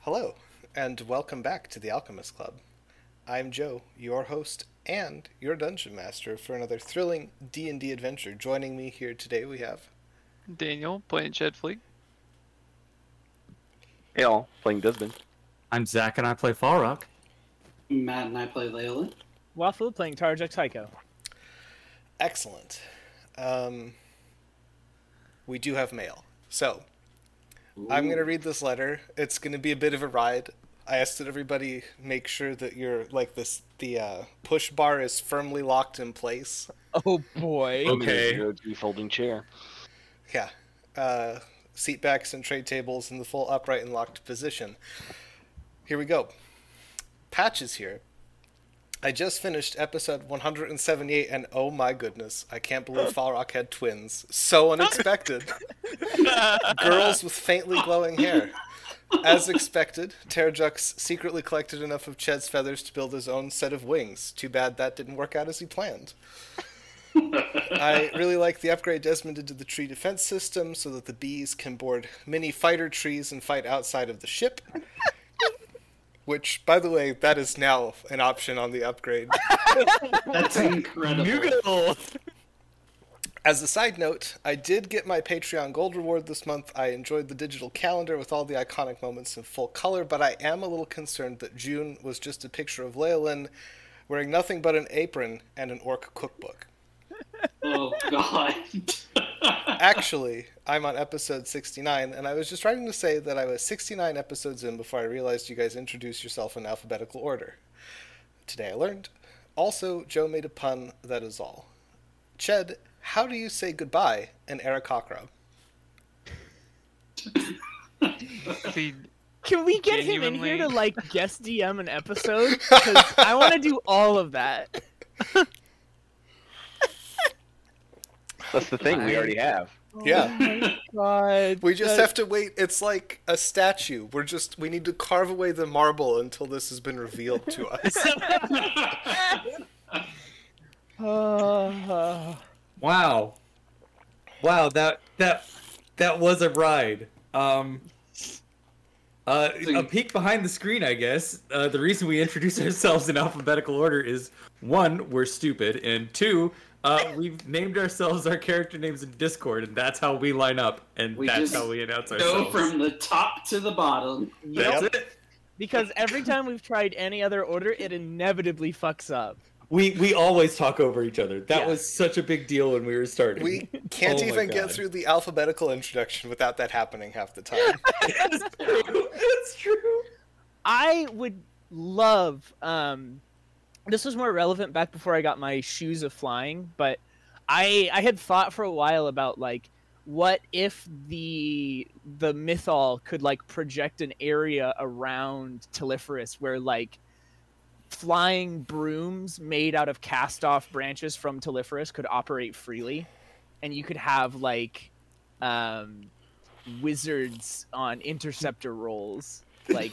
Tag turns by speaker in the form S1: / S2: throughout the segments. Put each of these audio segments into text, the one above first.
S1: Hello, and welcome back to the Alchemist Club. I'm Joe, your host and your dungeon master for another thrilling D&D adventure. Joining me here today we have
S2: Daniel playing Jed Fleet.
S3: Hey all, playing Desmond.
S4: I'm Zach, and I play Fall Rock.
S5: Matt and I play Leyland.
S6: Waffle playing Tarjak Psycho.
S1: Excellent. Um, we do have mail. So, I'm going to read this letter. It's going to be a bit of a ride. I asked that everybody make sure that your like this the uh, push bar is firmly locked in place.
S6: Oh boy.
S4: Okay.
S3: OG folding chair.
S1: Yeah. Uh, seat backs and tray tables in the full upright and locked position. Here we go. Patches here. I just finished episode 178, and oh my goodness, I can't believe Fall Rock had twins. So unexpected. Girls with faintly glowing hair. As expected, Terjux secretly collected enough of Ched's feathers to build his own set of wings. Too bad that didn't work out as he planned. I really like the upgrade Desmond did to the tree defense system so that the bees can board mini fighter trees and fight outside of the ship. Which, by the way, that is now an option on the upgrade.
S5: That's incredible.
S1: As a side note, I did get my Patreon gold reward this month. I enjoyed the digital calendar with all the iconic moments in full color, but I am a little concerned that June was just a picture of Leyland wearing nothing but an apron and an orc cookbook.
S5: Oh god.
S1: Actually, I'm on episode 69, and I was just writing to say that I was 69 episodes in before I realized you guys introduce yourself in alphabetical order. Today I learned. Also, Joe made a pun, that is all. Ched, how do you say goodbye in Arakakra?
S2: See,
S6: Can we get him in here to
S2: Genuinely.
S6: like guest DM an episode? Because I want to do all of that.
S3: That's the thing we already have.
S1: Yeah.
S6: God.
S1: We just
S6: that-
S1: have to wait. It's like a statue. We're just we need to carve away the marble until this has been revealed to us.
S6: Uh,
S4: Wow, wow that that that was a ride. Um, uh, a peek behind the screen, I guess. Uh, the reason we introduce ourselves in alphabetical order is one, we're stupid, and two, uh, we've named ourselves our character names in Discord, and that's how we line up, and
S5: We
S4: that's
S5: just
S4: how we announce
S5: Go
S4: ourselves.
S5: from the top to the bottom.
S4: that's it.
S6: because every time we've tried any other order, it inevitably fucks up.
S4: We we always talk over each other. That
S6: Yeah.
S4: was such a big deal when we were starting.
S1: We can't
S4: Oh my
S1: even get
S4: God.
S1: through the alphabetical introduction without that happening half the time.
S4: it's true. It's true.
S6: I would love. Um, this was more relevant back before I got my shoes of flying, but I I had thought for a while about like what if the the mythol could like project an area around Telephorus where like flying brooms made out of cast off branches from Telephorus could operate freely, and you could have like um, wizards on interceptor rolls like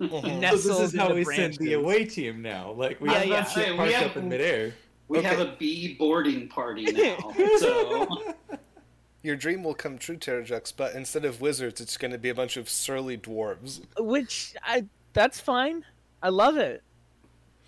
S1: Mhm.
S4: So this
S6: nestled
S4: is
S6: in
S4: how
S6: the
S4: we send the
S6: branches.
S4: away team now. Like we
S6: Yeah,
S4: have
S6: yeah.
S4: that shit
S5: Hey, we
S4: parked
S5: have-
S4: up in midair.
S5: We
S1: Okay.
S5: have a bee boarding party now. So
S1: Your dream will come true, Terrajux, but instead of wizards, it's going to be a bunch of surly dwarves.
S6: which I that's fine. I love it.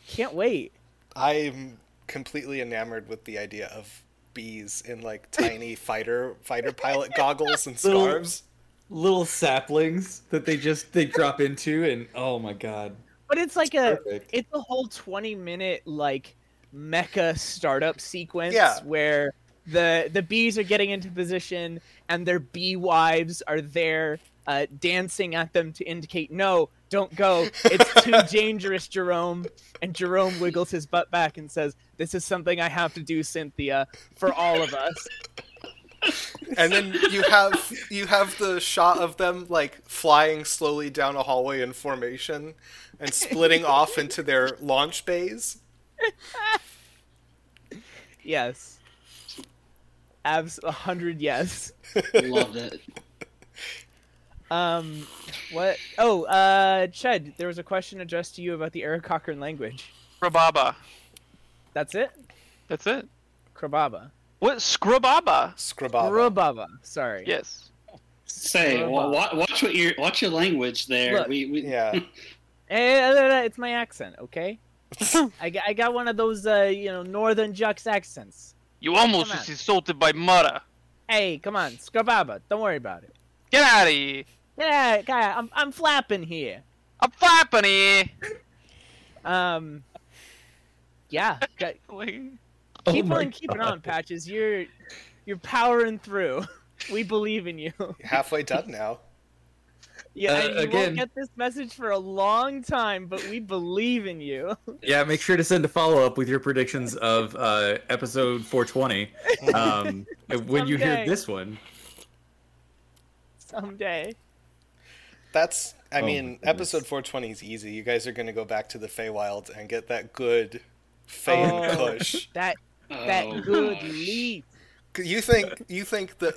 S6: Can't wait.
S1: I'm completely enamored with the idea of bees in like tiny fighter fighter pilot goggles and
S4: Little-
S1: scarves.
S4: Little saplings that they just they drop into, and oh my god,
S6: But it's like a
S4: perfect.
S6: it's a whole 20 minute like mecha startup sequence
S1: Yeah.
S6: where the the bees are getting into position and their bee wives are there uh, dancing at them to indicate no don't go it's too dangerous jerome and jerome wiggles his butt back and says this is something i have to do cynthia for all of us
S1: And then you have you have the shot of them like flying slowly down a hallway in formation and splitting off into their launch bays.
S6: Yes. Abs a hundred yes.
S5: loved it.
S6: Um what oh, uh Ched, there was a question addressed to you about the Eric Cochran language.
S2: Rababa.
S6: That's it?
S2: That's it.
S6: Krababa.
S2: What Scrababa?
S1: Scrababa.
S6: Rubaba, sorry.
S2: Yes.
S5: Say, wa- wa- watch what your watch your language there.
S6: Look.
S5: we, we
S1: uh, Yeah.
S6: Eh, eh, eh, eh, it's my accent, okay? I, g- I got one of those, uh, you know, northern jux accents.
S2: You almost
S6: Come
S2: was
S6: on.
S2: insulted by Mudda.
S6: Hey, come on, Scrababa, don't worry about it.
S2: Get out of here.
S6: Yeah, guy, I'm, I'm flapping here.
S2: I'm flapping here.
S6: Um, yeah, g-
S2: Like,
S4: Oh
S6: keep
S4: my
S6: on keeping on,
S4: God.
S6: Patches. You're, you're powering through. We believe in you.
S1: Halfway done now.
S6: Yeah,
S4: Uh,
S6: and you
S4: again-
S6: won't get this message for a long time, but we believe in you.
S4: Yeah, make sure to send a follow up with your predictions of uh, episode 420 um, when you hear
S6: Someday.
S4: this one.
S6: Someday.
S1: That's, I
S4: Oh my
S1: mean,
S4: goodness.
S1: episode 420 is easy. You guys are going to go back to the Feywild and get that good Feyn
S6: Oh.
S1: push.
S6: That that
S5: oh,
S6: good
S5: gosh.
S6: leap.
S1: 'Cause You think you think the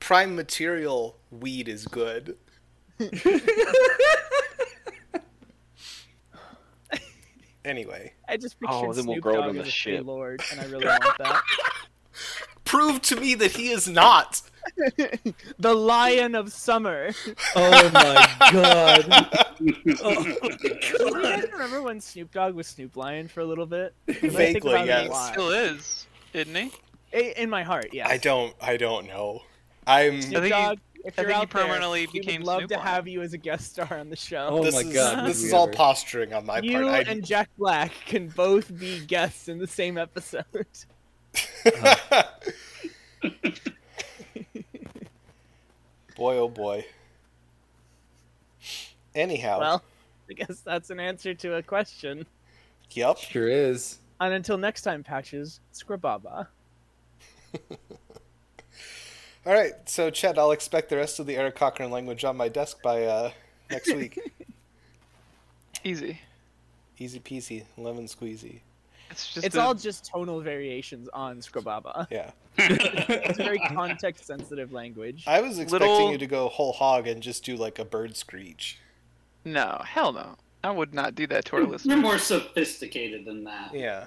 S1: prime material weed is good? Anyway,
S6: I just
S3: Oh,
S6: pictured
S3: then we'll
S6: Snoop
S3: grow it
S6: Dogg
S3: on the
S6: as a
S3: ship.
S6: Feylord, and I really want that.
S1: prove to me that he is not.
S6: the Lion of Summer.
S4: Oh my god.
S6: Oh. Do you guys remember when Snoop Dogg was Snoop Lion for a little bit? 'Cause I think
S1: Vaguely,
S6: about it a
S1: yes.
S6: lot.
S2: still is, isn't he?
S6: I- In my heart, yes.
S1: I don't. I don't know. I'm.
S2: I
S6: Snoop
S2: think he-
S6: Dogg, if
S2: I
S6: you're
S2: think he
S6: out there,
S2: permanently
S6: we
S2: became
S6: would love
S2: Snoop
S6: to
S2: Lion.
S6: have you as a guest star on the show.
S4: Oh
S1: this
S4: my
S1: is,
S4: god.
S1: This
S4: did
S1: is
S4: we
S1: all
S4: ever.
S1: posturing on my
S6: you
S1: part. I,
S6: and Jack Black can both be guests in the same episode.
S1: boy, oh boy. Anyhow,
S6: Well, I guess that's an answer to a question.
S1: yep.
S4: Sure is.
S6: And until next time, Patches, Scribaba.
S1: All right, so Chad, I'll expect the rest of the Eric Cochran language on my desk by uh, next week.
S2: Easy.
S1: Easy peasy, lemon squeezy.
S2: It's just
S6: It's
S2: a-
S6: all just tonal variations on Scribaba.
S1: Yeah,
S6: It's a very context sensitive language.
S1: I was expecting
S2: Little-
S1: you to go whole hog and just do like a bird screech.
S2: no, hell no. I would not do that to our
S5: You're
S2: listeners.
S5: more sophisticated than that.
S1: Yeah,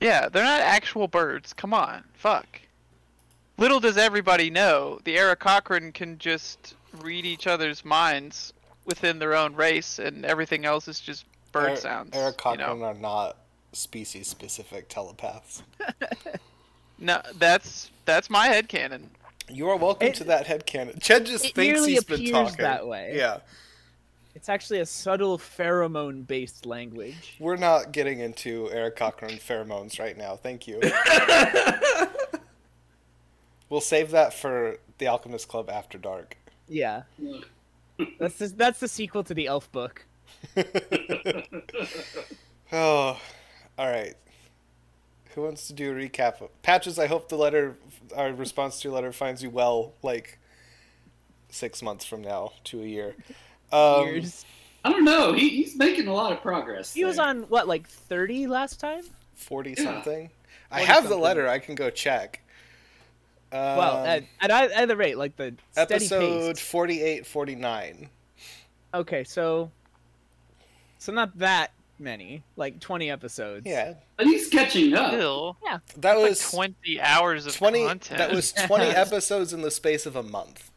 S2: Yeah, they're not actual birds. Come on, fuck. Little does everybody know, the Era Cochrane can just read each other's minds within their own race, and everything else is just bird
S1: Eric-
S2: sounds.
S1: Eric
S2: you
S1: Cochran
S2: know?
S1: are not species specific telepaths.
S2: No, that's that's my headcanon.
S1: You are welcome
S6: It-
S1: to that headcanon. Chad just
S6: it
S1: thinks
S6: merely
S1: he's been
S6: appears
S1: talking
S6: that way.
S1: Yeah,
S6: It's actually a subtle pheromone based language.
S1: we're not getting into Eric Cochran pheromones right now. Thank you. we'll save that for the Alchemist Club after dark.
S6: Yeah. That's just, that's the sequel to the elf book.
S1: Oh, all right. Who wants to do a recap? of- Patches, I hope the letter, our response to your letter finds you well, like six months from now to a year. Um,
S6: Years.
S5: I don't know. He, he's making a lot of progress.
S6: He was
S5: there.
S6: on what, like thirty last time?
S1: 40
S5: Yeah.
S1: something. I
S6: 40
S1: have the
S6: something.
S1: letter. I can go check. Um,
S6: well, at, at ei- either rate, like the steady
S1: episode
S6: pace.
S1: forty-eight, forty-nine.
S6: Okay, so so not that many, like twenty episodes.
S1: Yeah.
S5: But he's catching up.
S2: Still,
S1: That
S2: like
S1: was
S2: 20 hours of
S1: 20
S2: content.
S1: that was 20 episodes in the space of a month.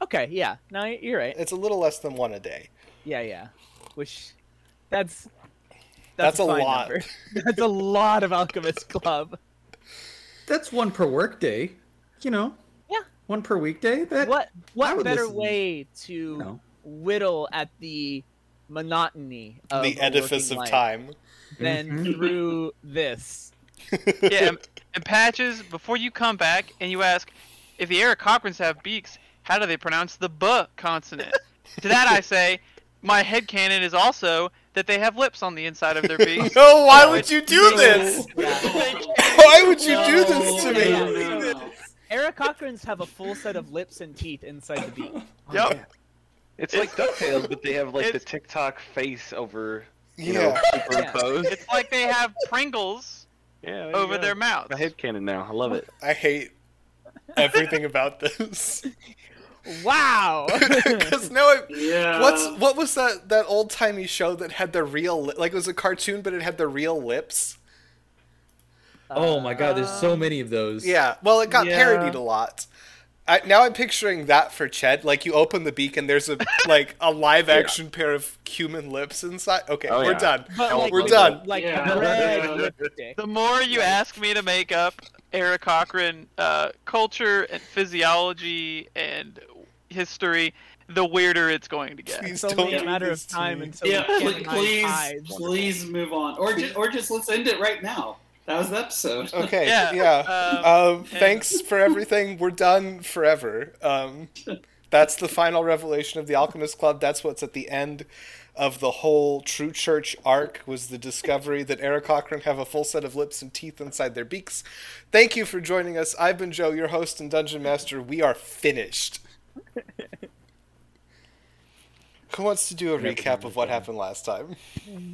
S6: Okay, yeah. No, you're right.
S1: It's a little less than one a day.
S6: Yeah, yeah. Which that's
S1: That's a
S6: fine
S1: lot.
S6: number. That's a lot of Alchemist Club.
S4: That's one per workday. You know?
S6: Yeah.
S4: One per weekday. That
S6: What what
S4: would
S6: better
S4: listen.
S6: way to
S4: No.
S6: whittle at the monotony of
S1: the
S6: a
S1: edifice
S6: working
S1: of
S6: life
S1: time.
S6: than through this.
S2: yeah, and, and Patches, before you come back and you ask, if the Eric Cochrans have beaks, how do they pronounce the B consonant? to that I say, my headcanon is also that they have lips on the inside of their beaks.
S1: No, why would you do this? Why would you do this to
S6: No.
S1: me?
S6: Oh, Eric Cochran's have a full set of lips and teeth inside the beak.
S2: Yep.
S3: It's like DuckTales, but they have like the
S2: It's-
S3: TikTok face over, you know,
S1: Yeah.
S3: superimposed.
S2: It's like they have Pringles
S3: Yeah, there you
S2: over
S3: go.
S2: their mouths.
S3: My headcanon now. I love it.
S1: I hate everything about this.
S6: Wow.
S1: Cuz now I
S5: Yeah.
S1: What's what was that that old timey show that had the real li- like it was a cartoon but it had the real lips?
S6: Uh,
S4: Oh my god, there's so many of those.
S1: Yeah, well it got
S2: Yeah.
S1: parodied a lot. I, now I'm picturing that for Ched. Like you open the beak and there's a like a live action pair of human lips inside. Okay,
S3: Oh,
S1: we're
S3: yeah.
S1: done.
S6: But
S3: Oh,
S6: like,
S1: we're
S6: with-
S1: done.
S6: Like
S5: Yeah.
S6: red lipstick.
S2: The more you ask me to make up Eric Cochran uh, culture and physiology and history, the weirder it's going to get.
S1: Please
S6: It's
S1: don't
S6: only a
S1: do
S6: matter
S1: this
S6: of
S1: to
S6: time
S1: me.
S6: until
S5: Yeah,
S6: we
S5: pl-
S6: get
S5: please,
S6: high fives.
S5: please move on, or ju- or just let's end it right now. That was the episode.
S1: Okay, yeah.
S2: Yeah,
S1: Um, thanks for everything. We're done forever. Um, that's the final revelation of the Alchemist Club. That's what's at the end of the whole True Church arc was the discovery that Eric Cochran have a full set of lips and teeth inside their beaks. Thank you for joining us. I've been Joe, your host and dungeon master. We are finished. Who wants to do a recap of what happened last time?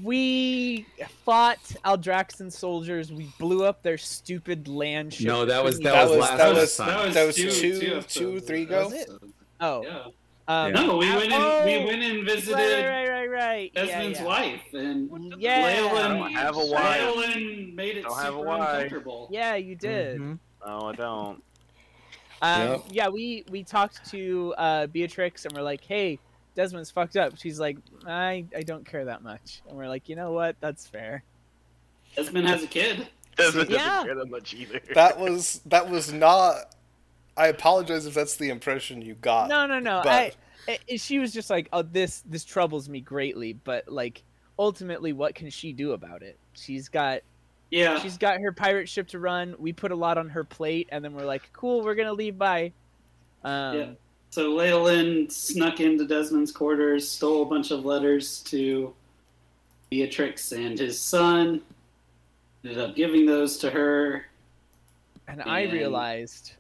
S6: We fought Aldraxan soldiers. We blew up their stupid land ship.
S4: No, that was-
S6: We-
S4: that
S1: That was,
S4: last
S1: that was
S4: time. That
S1: that was, two, two, two, three go.
S5: episodes.
S6: oh.
S5: Yeah.
S6: Um,
S5: No, we went in.
S6: Oh,
S5: We went and visited
S6: Right, right, right, right. right. Yeah,
S5: Desmond's
S6: yeah.
S5: wife, and
S6: Yeah.
S5: Leyland-
S3: I don't have a wife.
S5: Leyland made it
S3: Don't have a
S5: super
S3: wife.
S5: uncomfortable.
S6: Yeah, you
S1: Mm-hmm.
S6: did.
S4: Mhm.
S3: No, I don't.
S6: Um,
S1: Yep.
S6: Yeah, we we talked to uh, Beatrix and we're like, "Hey, Desmond's fucked up." She's like, "I I don't care that much," and we're like, "You know what? That's fair."
S5: Desmond has a kid.
S3: Doesn't,
S6: Yeah.
S3: doesn't care that much either.
S1: that was that was not i apologize if that's the impression you got
S6: No, no, no.
S1: Uh, but-
S6: I, I- I- she was just like, "Oh, this this troubles me greatly," but like, ultimately, what can she do about it? She's got
S5: Yeah.
S6: she's got her pirate ship to run. We put a lot on her plate, and then we're like, "Cool, we're gonna leave. Bye." Um,
S5: Yeah. So Leyland snuck into Desmond's quarters, stole a bunch of letters to Beatrix and his son. Ended up giving those to her.
S6: And I
S5: And-
S6: realized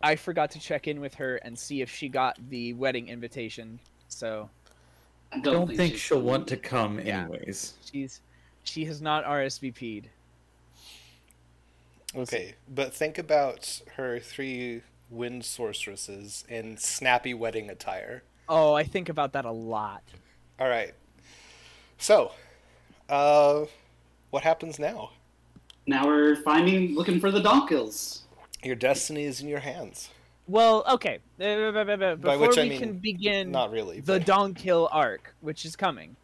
S6: I forgot to check in with her and see if she got the wedding invitation. So
S5: I
S4: I don't think
S5: she's
S4: she'll
S5: coming.
S4: want to come
S6: Yeah.
S4: anyways.
S6: she's she has not RSVP'd.
S1: okay but think about her three wind sorceresses in snappy wedding attire
S6: Oh, I think about that a lot.
S1: all right so uh what happens now
S5: Now we're finding, looking for the Donkills.
S1: your destiny is in your hands
S6: Well, okay. uh, b- b- b-
S1: By
S6: Before
S1: which I
S6: we
S1: mean,
S6: can begin
S1: not really
S6: the
S1: but-
S6: Donkill arc, which is coming,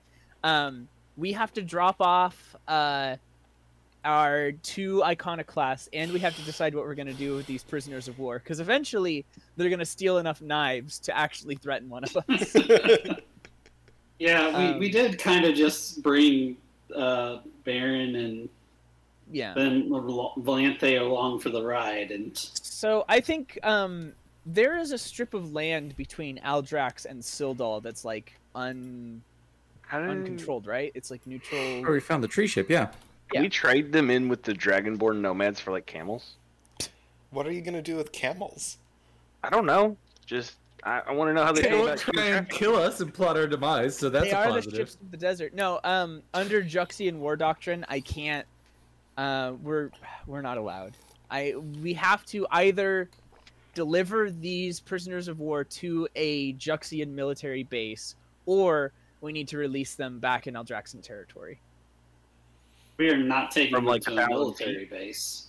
S6: um, we have to drop off uh, our two iconoclasts, and we have to decide what we're going to do with these prisoners of war. Because eventually, they're going to steal enough knives to actually threaten one of us.
S5: Yeah, we,
S6: Um,
S5: we did kind of just bring uh, Baron and
S6: yeah.
S5: then Valente along for the ride, and
S6: So I think um, there is a strip of land between Aldrax and Sildal that's like un
S3: How did
S6: uncontrolled, right? It's like
S4: Or
S6: neutral.
S4: we found the tree ship, yeah.
S3: Can we trade them in with the Dragonborn nomads for like camels?
S1: what are you gonna do with camels
S3: I don't know. Just I, I want to know how they
S4: They
S3: feel
S4: will
S3: about
S4: try and
S3: human
S4: kill us and plot our demise, so that's
S6: they
S4: a
S6: are the
S4: positive.
S6: ships of the desert. No, um, under Juxian war doctrine, I can't. Uh, we're we're not allowed. I we have to either deliver these prisoners of war to a Juxian military base, or we need to release them back in Aldraxan territory.
S5: we are not taking
S3: From,
S5: them
S3: like,
S5: to
S3: the
S5: a
S3: Fallon
S5: military base.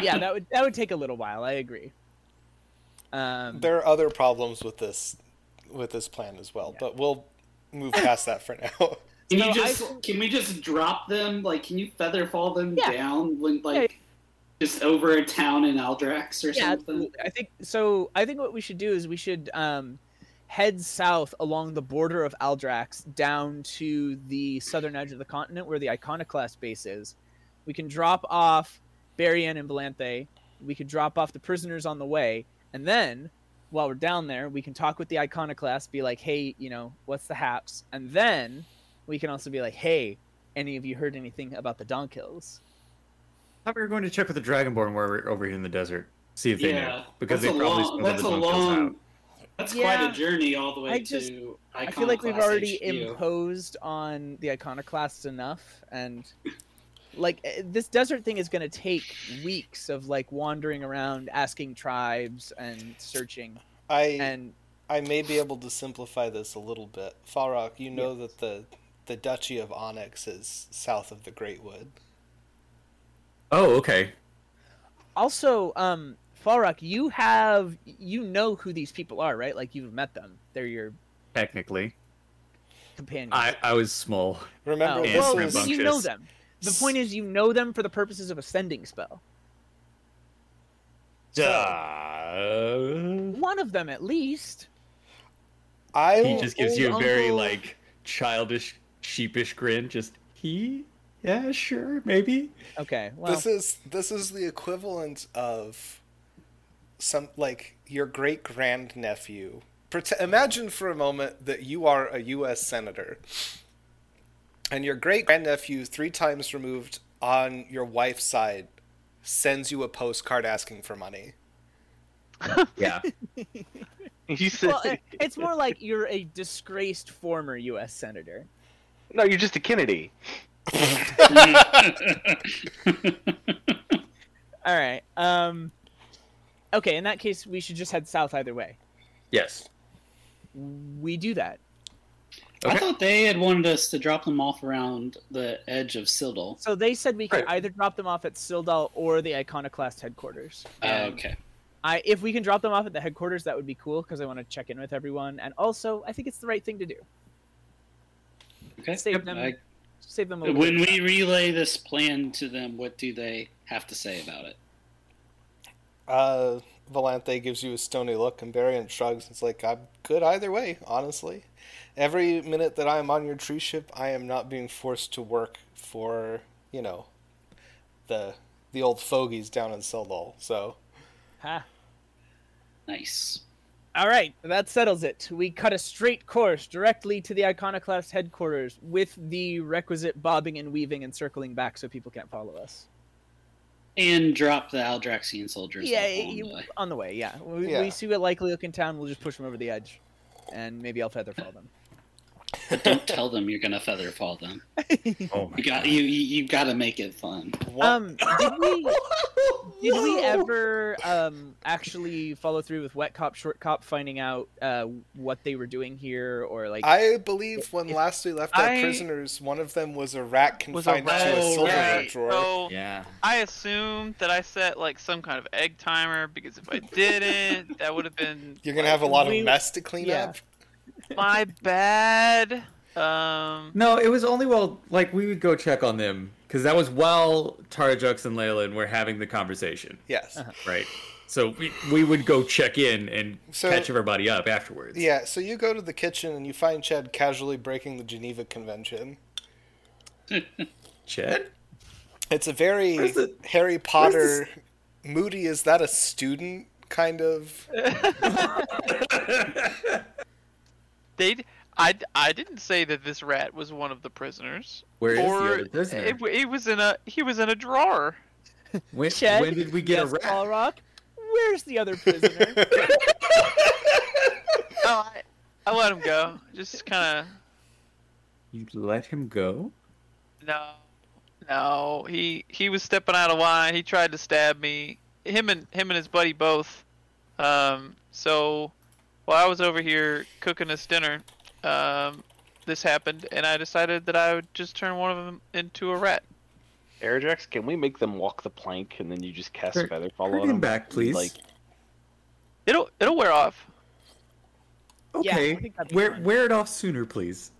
S6: yeah, that would that would take a little while. I agree. Um,
S1: there are other problems with this with this plan as well
S6: Yeah.
S1: but we'll move past that for now
S5: Can you
S6: So I
S5: just
S6: think-
S5: can we just drop them? Like, can you feather fall them
S6: Yeah.
S5: down when like just over a town in Aldrax or
S6: yeah,
S5: something?
S6: I think so. I think what we should do is we should um, head south along the border of Aldrax down to the southern edge of the continent where the Iconoclast base is. We can drop off Barian and Belanthe. We could drop off the prisoners on the way, and then while we're down there, we can talk with the Iconoclast, be like, "Hey, you know, what's the haps?" And then we can also be like, "Hey, any of you heard anything about the Donkills?"
S4: I thought we were going to check with the Dragonborn where we're over here in the desert. See if they
S5: Yeah,
S4: know. Because
S5: that's
S4: they
S5: a
S4: probably
S5: long-
S4: spilled
S5: that's
S4: the
S5: a
S4: junk pills
S5: long-
S4: out.
S5: That's
S6: Yeah.
S5: quite a journey all the way
S6: I just-
S5: to.
S6: I feel like we've
S5: Iconoclast
S6: already
S5: HQ.
S6: imposed on the iconoclasts enough, and like eh, this desert thing is going to take weeks of like wandering around, asking tribes and searching.
S1: i
S6: And
S1: I may be able to simplify this a little bit. Falrock, you know that the the Duchy of Onyx is south of the Great Wood.
S4: Oh, okay.
S6: also, um, Falrock, you have you know who these people are, right? Like you've met them. They're your
S4: Technically,
S6: companions.
S4: I I was small.
S1: Remember,
S6: Oh,
S4: Yeah,
S1: this
S6: well,
S4: it's
S1: was
S6: you know
S4: rambunctious.
S6: them. The point is, you know them for the purposes of a sending spell.
S4: Duh.
S6: One of them, at least.
S1: I
S6: Oh,
S4: He just gives
S6: old
S4: you a very
S6: uncle-
S4: like childish, sheepish grin. Just he, yeah, sure, maybe.
S6: Okay. Well,
S1: this is this is the equivalent of some like your great grand nephew. Pret- imagine for a moment that you are a U.S. senator, and your great grandnephew, three times removed on your wife's side, sends you a postcard asking for money.
S4: Yeah,
S3: You said,
S6: well, it- it's more like you're a disgraced former U.S. senator.
S3: no, you're just a Kennedy.
S6: All right. Um. Okay. In that case, we should just head south either way.
S4: yes.
S6: We do that.
S4: Okay.
S5: I thought they had wanted us to drop them off around the edge of Sildal.
S6: So they said we could
S4: Right.
S6: either drop them off at Sildal or the Iconoclast headquarters.
S5: Oh,
S6: And
S5: okay.
S6: I, if we can drop them off at the headquarters, that would be cool because I want to check in with everyone, and also I think it's the right thing to do.
S5: Okay.
S6: Save them.
S5: I-
S6: Save them a little.
S5: when
S6: bit.
S5: we relay this plan to them, what do they have to say about it?
S1: Uh, Valente gives you a stony look, and Barian shrugs. It's like I'm good either way, honestly. Every minute that I am on your tree ship, I am not being forced to work for you know the the old fogies down in Seldal. So
S6: Ha.
S5: Nice.
S6: All right, that settles it. We cut a straight course directly to the Iconoclast headquarters with the requisite bobbing and weaving and circling back so people can't follow us.
S5: And drop the Aldraxian soldiers.
S6: yeah,
S5: off along
S6: you-
S5: the way.
S6: on the way. Yeah, we,
S1: Yeah.
S6: we see a likely looking town. We'll just push them over the edge, and maybe I'll feather fall them.
S5: But don't tell them you're gonna feather fall them.
S4: Oh my
S5: You got you. You, you got to make it fun.
S1: one,
S6: Um, did we did we ever um actually follow through with wet cop short cop finding out uh what they were doing here or like
S1: I believe when
S6: if-
S1: last we left our
S2: I-
S1: prisoners, one of them was a rat
S2: Was a
S1: confined to a
S2: rat.
S1: silverware
S2: Yeah,
S1: drawer.
S2: So
S4: Yeah.
S2: I assumed that I set like some kind of egg timer because if I didn't, that would have been
S1: You're gonna have a lot of
S6: We-
S1: mess to clean
S6: yeah.
S1: up.
S2: my bad. Um,
S4: No, it was only while like we would go check on them because that was while Tarajux and Leyland were having the conversation,
S1: Yes.
S2: Uh-huh.
S4: right? So we we would go check in and
S1: So-
S4: catch everybody up afterwards.
S1: Yeah. So you go to the kitchen and you find Chad casually breaking the Geneva Convention.
S4: Chet.
S1: It's a very
S4: Where's the-
S1: Harry Potter moody. Is that a student kind of?
S2: they, d- I, d- I didn't say that this rat was one of the prisoners.
S4: Where is the
S2: or
S4: other prisoner?
S2: It, w- it was in a he was in a drawer.
S4: When,
S6: Chet?
S4: when did we get
S6: yes,
S4: a rat?
S6: Paul Rock? Where's the other prisoner?
S2: Oh, I, I let him go. Just kind
S4: You let him go?
S2: of no, no. He he was stepping out of line. He tried to stab me. Him and him and his buddy both. Um, so while I was over here cooking this dinner, um, this happened, and I decided that I would just turn one of them into a rat.
S3: Aerojax, can we make them walk the plank and then you just cast
S4: Kurt-
S3: feather fall
S4: Hurt
S3: on
S4: him
S3: them?
S4: back, please.
S3: Like,
S2: It'll it'll wear off.
S6: Yeah, I
S4: Okay.
S6: think that'd be
S4: wear
S6: fine.
S4: wear it off sooner, please.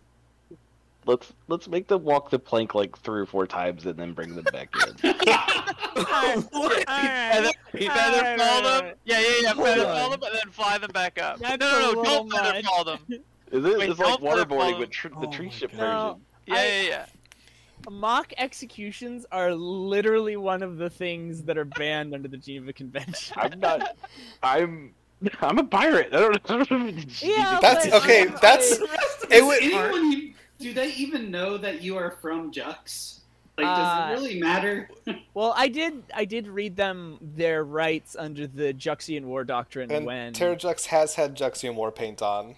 S3: let's let's make them walk the plank like three or four times and then bring them back in.
S4: what?
S2: And then feather
S6: Alright,
S2: fall
S6: alright,
S2: them.
S6: alright.
S2: Yeah, yeah, yeah.
S4: Hold
S2: Feather
S4: on.
S2: fall them and then fly them back up.
S6: That's
S2: no,
S6: a
S2: no, no.
S6: little
S2: Don't feather
S6: much.
S2: fall them. Yeah,
S3: Is it,
S2: Wait,
S3: it's like
S2: don't let it
S3: waterboarding
S2: fall.
S3: with tr- the
S1: Oh
S3: tree
S1: my
S3: ship
S1: God.
S6: No.
S3: version.
S6: I-
S2: yeah, yeah.
S6: Mock executions are literally one of the things that are banned under the Geneva Convention.
S3: I'm not. I'm. I'm a pirate. I don't. I don't
S6: Yeah,
S1: That's-
S6: but
S1: okay,
S6: I'm-
S1: that's-
S6: I-
S1: It would.
S5: Anyone? Do they even know that you are from Jux? Like, does
S6: Uh,
S5: it really matter?
S6: well, I did. I did read them their rights under the Juxian War Doctrine
S1: And
S6: when.
S1: Terrajux has had Juxian war paint on.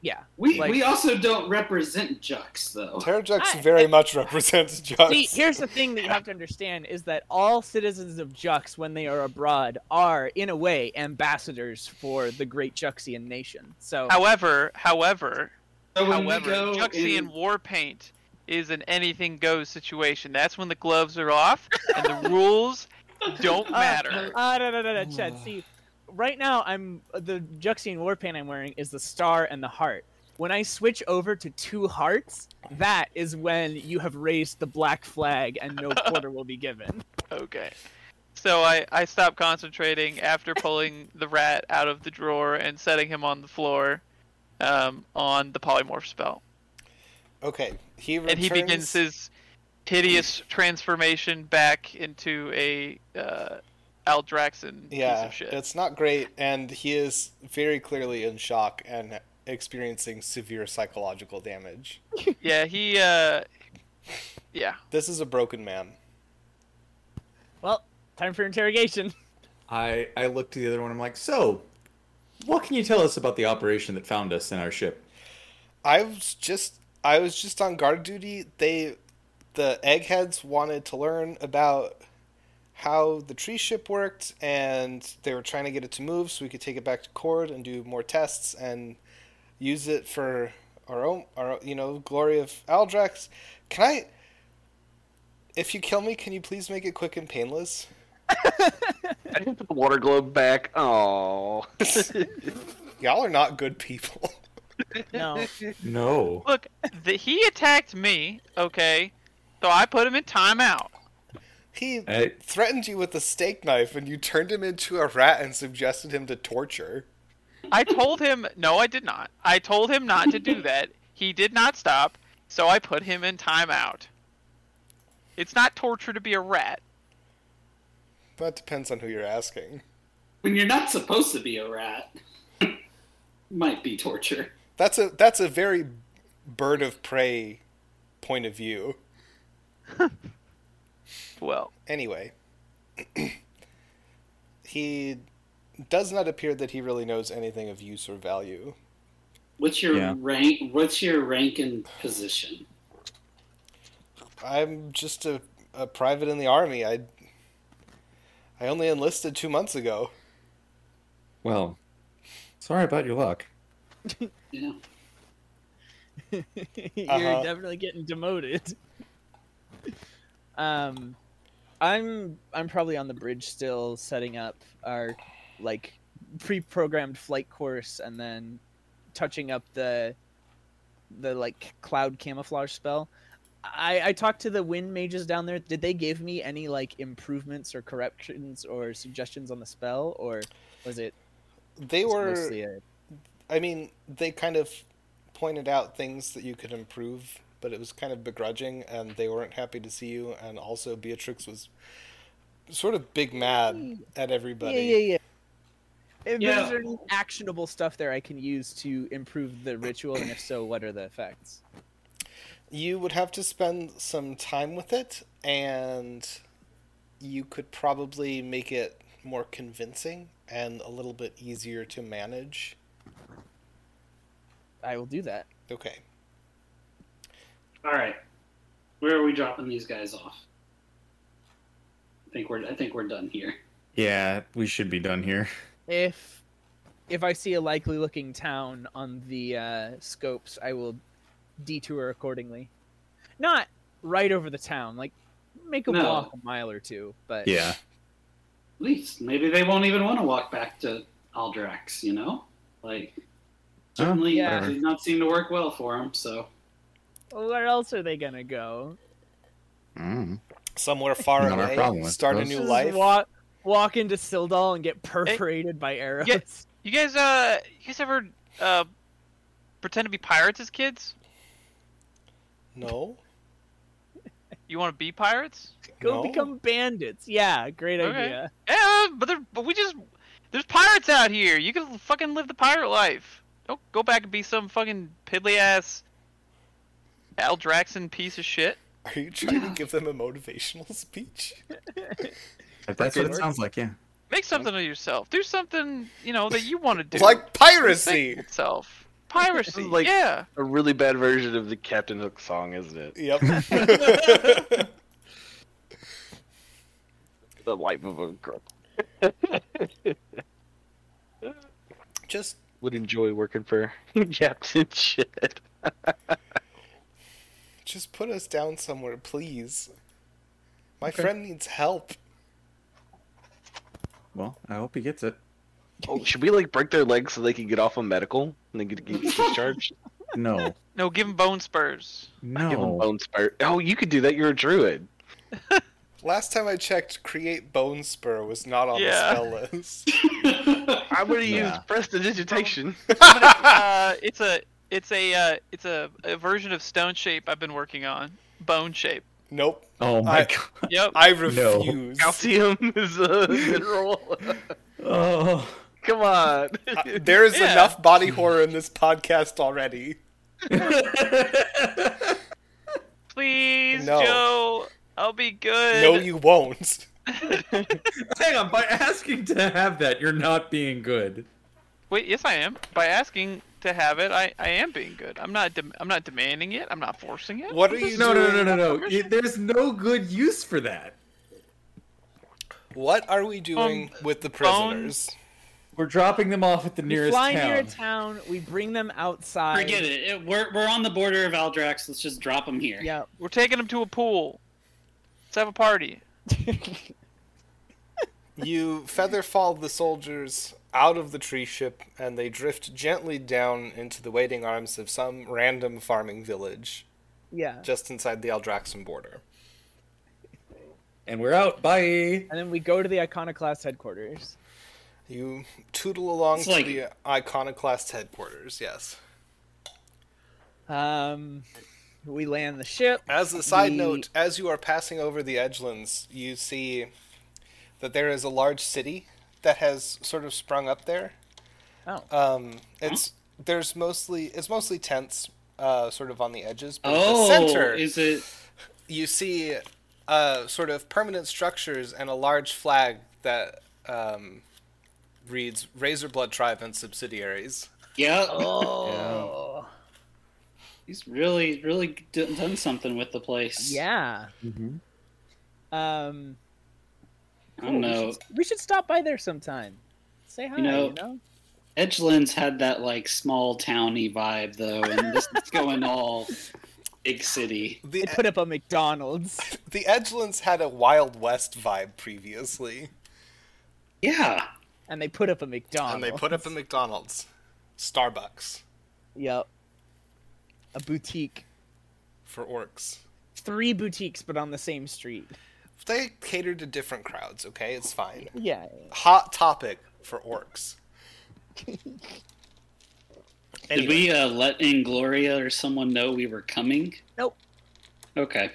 S6: yeah.
S5: We
S6: like-
S5: we also don't represent Jux though.
S1: Terrajux
S6: I-
S1: very much represents Jux.
S6: See, here's the thing that you have to understand is that all citizens of Jux, when they are abroad, are in a way ambassadors for the great Juxian nation. So
S2: However, however,
S5: So when
S2: however,
S5: we go
S2: Juxian
S5: in-
S2: war paint is an anything goes situation. That's when the gloves are off and the rules don't
S6: Uh,
S2: matter.
S6: Ah, no, no, no, no, Chad. See, right now I'm the Juxian Warpaint I'm wearing is the star and the heart. When I switch over to two hearts, that is when you have raised the black flag and no quarter will be given.
S2: Okay. So I, I stopped concentrating after pulling the rat out of the drawer and setting him on the floor um, on the polymorph spell.
S1: Okay, he returns.
S2: And he begins his hideous transformation back into a uh, Aldraxan piece
S1: Yeah,
S2: of shit.
S1: it's not great, and he is very clearly in shock and experiencing severe psychological damage.
S2: Yeah, he. Uh, yeah.
S1: This is a broken man.
S6: Well, time for interrogation.
S4: I I look to the other one. I'm like, so, what can you tell us about the operation that found us in our ship?
S1: I was just I was just on guard duty. They the eggheads wanted to learn about how the tree ship worked and they were trying to get it to move so we could take it back to Cord and do more tests and use it for our own our you know glory of Aldrax. Can I if you kill me, can you please make it quick and painless?
S3: I didn't put the water globe back. Oh.
S1: Y'all are not good people.
S6: No.
S4: No.
S2: Look, the, he attacked me, okay? So I put him in timeout.
S1: He
S4: I,
S1: threatened you with a steak knife and you turned him into a rat and suggested him to torture.
S2: I told him no, I did not. I told him not to do that. He did not stop, so I put him in timeout. It's not torture to be a rat.
S1: That depends on who you're asking.
S5: When you're not supposed to be a rat, might be torture.
S1: That's a that's a very bird of prey point of view.
S2: Well,
S1: Anyway, he does not appear that he really knows anything of use or value.
S5: What's your
S4: Yeah.
S5: rank? What's your rank and position?
S1: I'm just a, a private in the army. I I only enlisted two months ago.
S4: well, sorry about your luck.
S5: You know,
S6: You're
S1: Uh-huh.
S6: definitely getting demoted. Um, I'm I'm probably on the bridge still, setting up our like pre-programmed flight course, and then touching up the the like cloud camouflage spell. I I talked to the wind mages down there. Did they give me any like improvements or corrections or suggestions on the spell, or was it
S1: They
S6: just
S1: were
S6: mostly a
S1: I mean, they kind of pointed out things that you could improve, but it was kind of begrudging, and they weren't happy to see you. And also, Beatrix was sort of big mad at everybody.
S6: Yeah, yeah, yeah. If
S5: Yeah.
S6: there's any actionable stuff there I can use to improve the ritual, and if so, what are the effects?
S1: You would have to spend some time with it, and you could probably make it more convincing and a little bit easier to manage.
S6: I will do that.
S1: Okay.
S5: all right. Where are we dropping these guys off? I think we're. I think we're done here.
S4: Yeah, we should be done here.
S6: If if I see a likely looking town on the uh, scopes, I will detour accordingly. Not right over the town, like make a
S5: No.
S6: walk a mile or two, but
S4: Yeah.
S5: At least maybe they won't even want to walk back to Aldrax. You know, like certainly
S6: yeah.
S5: it did not seem to work well for him. So
S6: where else are they gonna go?
S3: Mm.
S1: Somewhere far
S4: Not our
S1: away,
S4: problem, I
S1: start a
S4: suppose.
S1: new
S6: Just
S1: life.
S6: Walk, walk into Sildal and get perforated by arrows.
S2: you guys, uh, you guys ever uh, pretend to be pirates as kids?
S1: No.
S2: You want to be pirates?
S6: Go
S1: no.
S6: become bandits. Yeah, great
S2: Okay.
S6: idea.
S2: Yeah, but there, but we just there's pirates out here. You can fucking live the pirate life. Don't go back and be some fucking piddly ass Aldraxan piece of shit.
S1: Are you trying to give them a motivational speech?
S4: If that's what it sounds like, yeah.
S2: Make something of yourself. Do something, you know, that you want to do.
S1: Like
S2: Think
S1: piracy.
S2: of itself. Piracy.
S3: Like-
S2: yeah.
S3: A really bad version of the Captain Hook song, isn't it?
S1: Yep.
S3: The life of a girl
S1: Just
S3: would enjoy working for Captain Shit.
S1: just put us down somewhere, please. My friend needs help.
S4: Well, I hope he gets it.
S3: Oh, should we like break their legs so they can get off on medical and they get, get discharged?
S4: No,
S2: No, give him bone spurs.
S4: no.
S3: Give them bone spur. Oh, you could do that. You're a druid.
S1: Last time I checked, create bone spur was not on
S2: Yeah.
S1: the spell list.
S3: I would have
S4: Yeah.
S3: used prestidigitation.
S2: I'm gonna- uh, it's a it's a uh, it's a, a version of stone shape I've been working on. Bone shape.
S1: Nope.
S4: Oh my
S1: I-
S4: god.
S2: Yep.
S1: I refuse.
S3: Calcium is a mineral.
S4: Oh.
S3: Come on.
S1: I- there is
S2: Yeah.
S1: enough body horror in this podcast already.
S2: Please,
S1: No.
S2: Joe. I'll be good.
S1: No, you won't.
S4: Hang on, by asking to have that, you're not being good.
S2: Wait, yes, I am. By asking to have it, I, I am being good. I'm not dem- I'm not demanding it. I'm not forcing it.
S1: What are you
S4: No, no,
S1: doing?
S4: no, no, no. You- There's no good use for that.
S1: What are we doing
S2: Um,
S1: with the prisoners?
S4: We're dropping them off at the
S6: We
S4: nearest
S6: fly
S4: town.
S6: near a town. We bring them outside.
S5: Forget it. it we're, we're on the border of Aldrax. Let's just drop them here.
S6: Yeah.
S2: We're taking them to a pool. Let's have a party.
S1: You feather fall the soldiers out of the tree ship, and they drift gently down into the waiting arms of some random farming village
S6: yeah.
S1: just inside the Aldraxan border.
S4: And we're out. Bye.
S6: And then we go to the iconoclast headquarters.
S1: You tootle along
S5: It's
S1: to
S5: like-
S1: the iconoclast headquarters, yes.
S6: Um, we land the ship.
S1: As a side
S6: The-
S1: note, as you are passing over the Edgelands, you see that there is a large city that has sort of sprung up there.
S6: Oh.
S1: Um, it's there's mostly it's mostly tents, uh, sort of on the edges, but
S5: Oh,
S1: at the center
S5: is it?
S1: you see uh, sort of permanent structures and a large flag that um, reads Razorblood Tribe and subsidiaries.
S5: Yeah.
S6: Oh.
S5: He's really, really d- done something with the place.
S6: Yeah. Um,
S5: I don't
S6: cool.
S5: know.
S6: We should, we should stop by there sometime. Say hi. You know.
S5: know- Edgelands had that like small towny vibe though, and this is going all big city.
S1: The
S6: They put up a McDonald's.
S1: the Edgelands had a Wild West vibe previously,
S5: Yeah.
S6: and they put up a McDonald's.
S1: and they put up a McDonald's, Starbucks
S6: Yep. A boutique.
S1: for orcs.
S6: Three boutiques, but on the same street.
S1: They cater to different crowds. Okay, it's fine.
S6: Yeah.
S1: Hot topic for orcs.
S5: Did we uh, let Ingloria or someone know we were coming?
S6: Nope.
S5: Okay.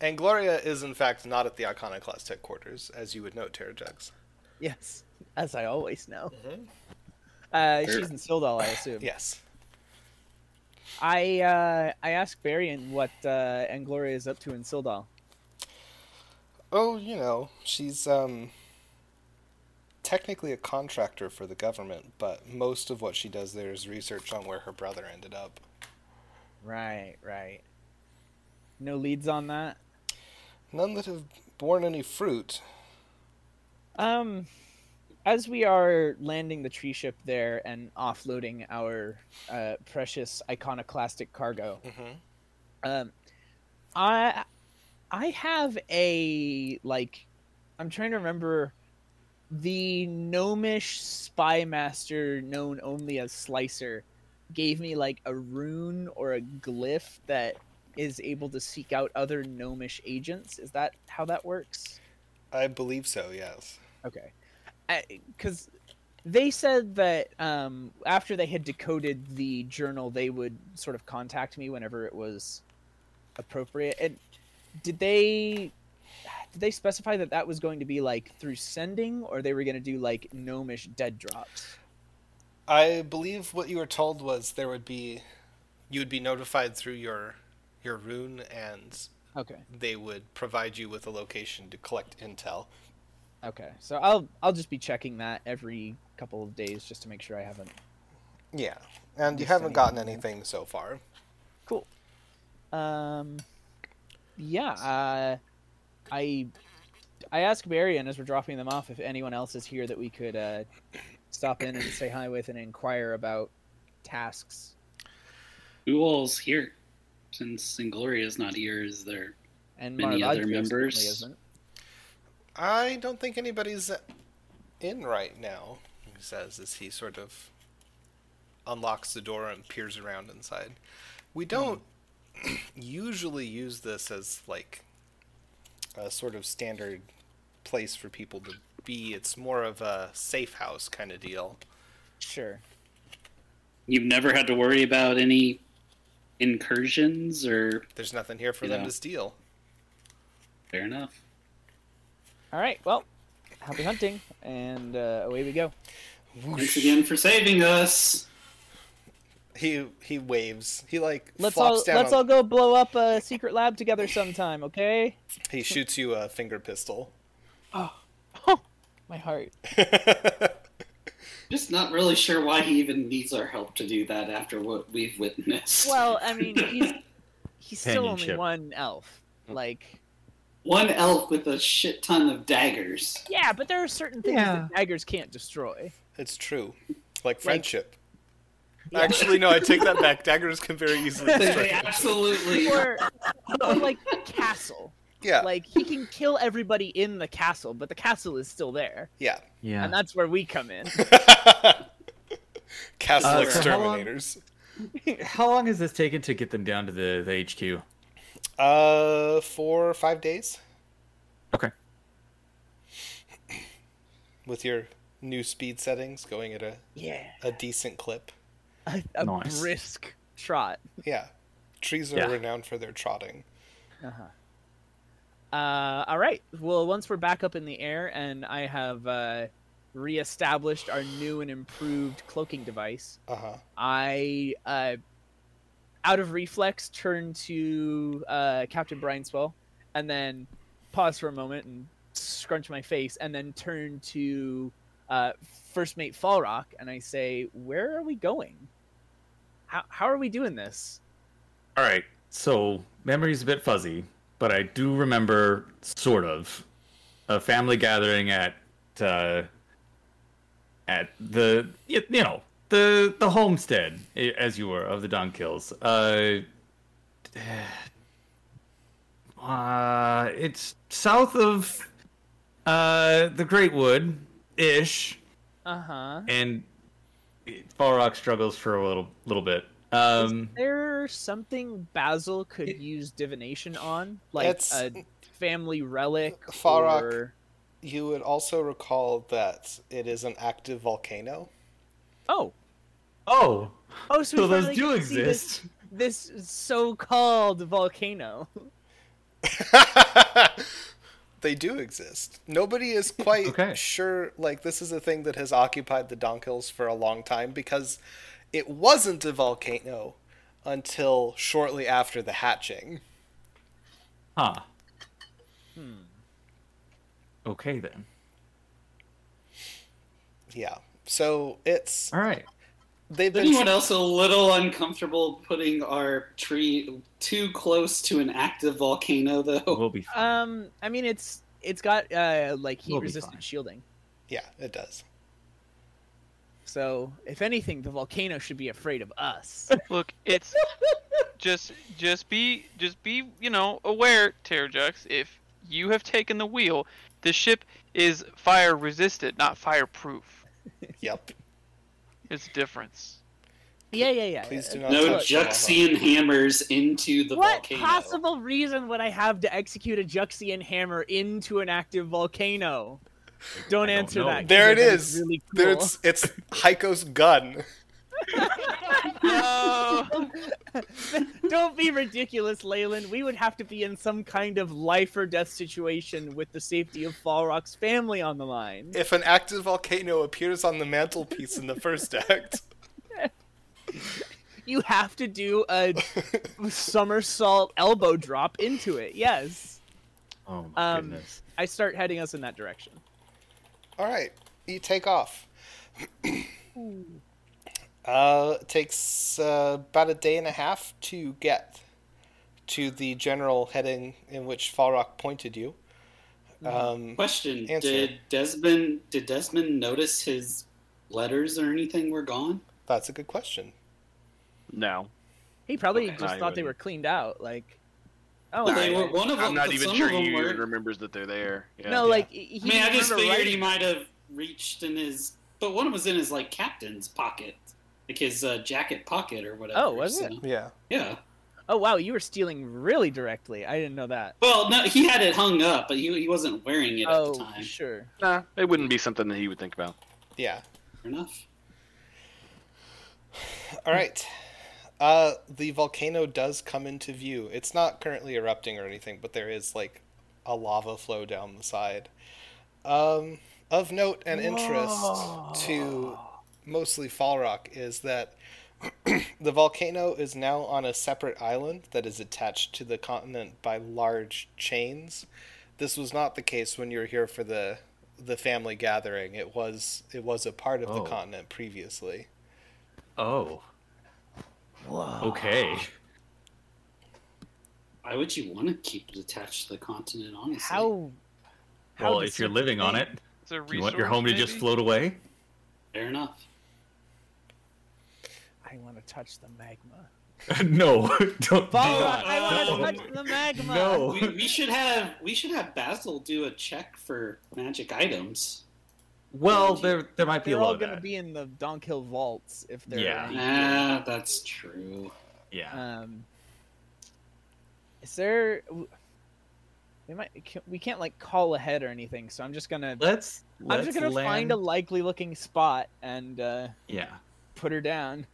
S1: And Gloria is in fact not at the Iconoclast headquarters, as you would know, Terrajex.
S6: Yes. As I always know. Uh, she's in Sildal, I assume.
S1: Yes.
S6: I uh, I asked Varian what uh, Angloria is up to in Sildal.
S1: Oh, you know, she's um technically a contractor for the government, but most of what she does there is research on where her brother ended up.
S6: Right, right. No leads on that.
S1: None that have borne any fruit.
S6: Um, as we are landing the tree ship there and offloading our uh, precious iconoclastic cargo,
S1: Mhm.
S6: um, I I have a like I'm trying to remember the gnomish spy master known only as Slicer gave me like a rune or a glyph that is able to seek out other gnomish agents. Is that how that works?
S1: I believe so, yes.
S6: Okay. Because they said that um, after they had decoded the journal, they would sort of contact me whenever it was appropriate. And did they did they specify that that was going to be like through sending, or they were going to do like gnomish dead drops?
S1: I believe what you were told was there would be you would be notified through your your rune and
S6: Okay.
S1: they would provide you with a location to collect intel.
S6: Okay. So I'll I'll just be checking that every couple of days just to make sure I haven't
S1: Yeah. And you
S6: Missed
S1: haven't
S6: anything,
S1: gotten
S6: right?
S1: anything so far.
S6: Cool. Um, yeah. Uh, I I asked Marion as we're dropping them off if anyone else is here that we could uh, stop in and say hi with and inquire about tasks.
S5: Who all's here? Since Ingloria's not here, is there?
S6: And
S5: Any
S6: Maravaggio
S5: other
S6: certainly
S5: members?
S6: isn't.
S1: I don't think anybody's in right now, he says as he sort of unlocks the door and peers around inside. We
S6: Hmm.
S1: don't usually use this as like a sort of standard place for people to be. It's more of a safe house kind of deal.
S6: Sure.
S5: You've never had to worry about any incursions or
S1: There's nothing here for them
S5: Yeah.
S1: to steal.
S5: fair enough.
S6: All right. Well, happy hunting, and uh, away we go.
S1: Oh,
S5: Thanks again for saving us.
S1: He he waves. He like
S6: Let's
S1: flops
S6: all
S1: down.
S6: let's
S1: on-
S6: all go blow up a secret lab together sometime, okay?
S1: He shoots you a finger pistol.
S6: My heart.
S5: Just not really sure why he even needs our help to do that after what we've witnessed.
S6: Well, I mean, he's he's still only
S7: Companionship.
S6: one elf. Like,
S5: One elf with a shit ton of daggers.
S6: yeah, but there are certain things
S4: Yeah.
S6: that daggers can't destroy.
S1: It's true. Like friendship. Actually, no, I take that back. Daggers can very easily
S5: They
S1: destroy.
S5: absolutely.
S6: Or, or like castle.
S1: Yeah,
S6: Like he can kill everybody in the castle, but the castle is still there,
S1: yeah.
S7: Yeah.
S6: and that's where we come in.
S1: Castle
S4: Uh, so how long-
S1: exterminators.
S4: How long has this taken to get them down to the, the HQ?
S1: Uh, four or five days
S4: Okay.
S1: with your new speed settings going at a,
S6: Yeah,
S1: a decent clip.
S6: a, a
S4: Nice.
S6: brisk trot.
S1: Yeah. Trees are
S4: Yeah.
S1: renowned for their trotting.
S6: Uh, all right. Well, once we're back up in the air and I have uh, reestablished our new and improved cloaking device,
S1: Uh huh.
S6: I, uh, out of reflex, turn to uh, Captain Brineswell and then pause for a moment and scrunch my face and then turn to uh, First Mate Fallrock and I say, Where are we going? How, how are we doing this?
S4: All right. So memory's a bit fuzzy, but I do remember sort of a family gathering at uh, at the y- you know the the homestead i- as you were of the Dunkills. Uh, uh, it's south of uh, the Great Wood ish,
S6: Uh huh.
S4: and Fall Rock struggles for a little little bit. Um,
S6: Is there something Basil could use divination on, like
S1: It's-
S6: a family relic
S1: Farrakh.
S6: or?
S1: You would also recall that it is an active volcano.
S6: Oh,
S4: oh,
S6: oh, so, we
S4: so those
S6: finally
S4: do
S6: get to see this-
S4: exist.
S6: This, so-called volcano.
S1: they do exist. Nobody is quite
S4: Okay.
S1: sure. Like this is a thing that has occupied the Donkills for a long time because it wasn't a volcano until shortly after the hatching.
S4: Huh.
S6: Hmm.
S4: Okay then.
S1: Yeah. So it's
S4: All right.
S1: they've
S5: Is
S1: been
S5: anyone else a little uncomfortable putting our tree too close to an active volcano, though?
S4: We'll be fine.
S6: Um, I mean, it's it's got uh like
S4: We'll be fine.
S6: heat-resistant shielding.
S1: yeah, it does.
S6: So if anything, the volcano should be afraid of us.
S2: Look, it's just just be just be you know aware, Terrajux. If you have taken the wheel, the ship is fire resistant, not fireproof.
S1: Yep.
S2: It's a difference.
S6: yeah, yeah, yeah.
S1: Please
S6: yeah.
S1: do not
S5: No
S1: touch that.
S5: Juxian hammers into the
S6: What
S5: volcano.
S6: possible reason would I have to execute a Juxian hammer into an active volcano? Don't
S4: I don't
S6: answer
S4: know.
S6: that. 'cause
S1: There it
S6: that
S1: is.
S6: Really cool.
S1: There it's it's Heiko's gun.
S2: No.
S6: Don't be ridiculous, Leyland. We would have to be in some kind of life or death situation with the safety of Falrock's family on the line.
S1: If an active volcano appears on the mantelpiece in the first act,
S6: You have to do a somersault elbow drop into it. Yes.
S4: oh my
S6: um,
S4: goodness.
S6: I start heading us in that direction.
S1: All right, you take off. uh, it takes uh, about a day and a half to get to the general heading in which Falrock pointed you. Um,
S5: Question:
S1: Answer.
S5: Did Desmond did Desmond notice his letters or anything were gone?
S1: that's a good question.
S3: No.
S6: He probably
S5: Okay.
S6: just
S3: I
S6: thought they
S3: wouldn't.
S6: were cleaned out. Like, oh,
S5: Well,
S6: I-
S5: they were one of them.
S3: I'm not
S5: but
S3: even
S5: some
S3: sure
S5: of them
S3: he
S5: were.
S3: remembers that they're there. Yeah.
S6: No,
S1: Yeah.
S6: like he
S5: I mean, I just
S6: remember
S5: figured
S6: writing-
S5: he might have reached in his, but one was in his like captain's pocket, like his uh, jacket pocket or whatever.
S6: Oh, was it?
S1: Yeah.
S5: Yeah.
S6: Oh wow, you were stealing really directly. I didn't know that.
S5: Well, no, he had it hung up, but he, he wasn't wearing it at the
S6: Oh,
S5: time.
S6: sure.
S3: Nah, it wouldn't be something that he would think about.
S1: Yeah.
S5: Fair enough.
S1: All right. Uh, the volcano does come into view. It's not currently erupting or anything, but there is like a lava flow down the side. Um, of note and interest to mostly Fall Rock is that the volcano is now on a separate island that is attached to the continent by large chains. This was not the case when you were here for the the family gathering. It was it was a part of
S4: Oh.
S1: the continent previously.
S4: Oh. Wow. Okay.
S5: Why would you want to keep it attached to the continent, honestly?
S6: How? how
S4: Well, if you're
S6: deceptive
S4: living on
S6: thing.
S4: it,
S2: It's a resource,
S4: do you want your home to just
S2: maybe?
S4: float away?
S5: Fair enough.
S6: I want to touch the magma.
S4: no. Don't. do
S6: Follow
S4: not.
S6: I
S4: no.
S6: want to touch the magma.
S4: No.
S5: We, we should have we should have Basil do a check for magic items.
S4: Well, there there might be
S6: They're
S4: a lot
S6: all
S4: of
S6: going to
S4: that.
S6: be in the Donkhill vaults if they're.
S4: Yeah.
S5: Ah, that's true.
S4: Yeah.
S6: Um, is there? w- We might. can- We can't like call ahead or anything, so I'm just gonna.
S4: Let's.
S6: I'm
S4: let's
S6: just gonna
S4: land-
S6: find a likely looking spot and uh,
S4: Yeah.
S6: put her down.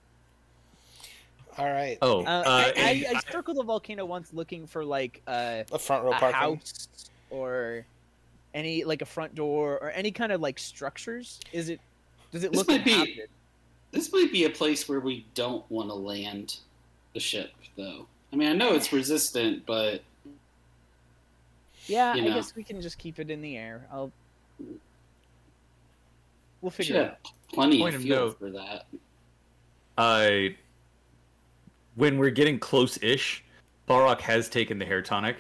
S1: All right.
S4: Oh.
S6: Uh,
S4: uh,
S6: I, I,
S4: and
S6: I circled the volcano once, looking for like uh,
S1: A front row
S6: a
S1: parking.
S6: house or any like a front door or any kind of like structures. Is it? Does it
S5: This
S6: look
S5: might be-
S6: inhabited?
S5: This might be a place where we don't want to land the ship, though. I mean, I know it's resistant, but
S6: Yeah,
S5: you
S6: I
S5: know.
S6: guess we can just keep it in the air. I'll. We'll
S5: we
S6: figure
S5: should
S6: it out.
S5: have plenty
S4: Point
S5: of
S4: of
S5: fuel
S4: note.
S5: for that.
S4: I. uh, When we're getting close-ish, Balrock has taken the hair tonic,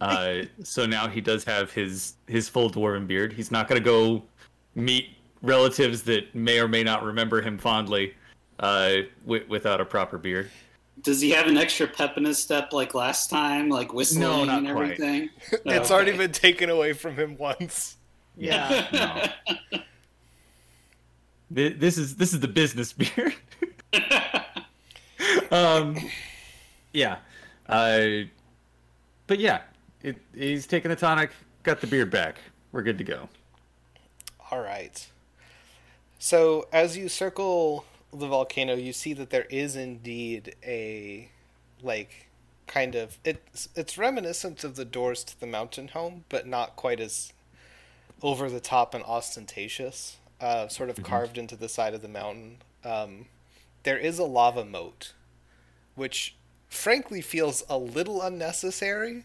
S4: uh, so now he does have his his full dwarven beard. He's not gonna go meet relatives that may or may not remember him fondly, uh, wi without a proper beard.
S5: Does he have an extra pep in his step like last time, like whistling
S4: No, not
S5: and
S4: quite.
S5: everything?
S1: It's
S6: Oh,
S5: Okay.
S1: already been taken away from him once.
S6: Yeah.
S4: No. Th- this is this is the business beard. um, yeah. Uh, but yeah, it, he's taking a tonic, got the beard back. We're good to go.
S1: All right. So as you circle the volcano, you see that there is indeed a like kind of it's it's reminiscent of the doors to the mountain home, but not quite as over the top and ostentatious. Uh, sort of carved into the side of the mountain. Um, there is a lava moat, which frankly feels a little unnecessary,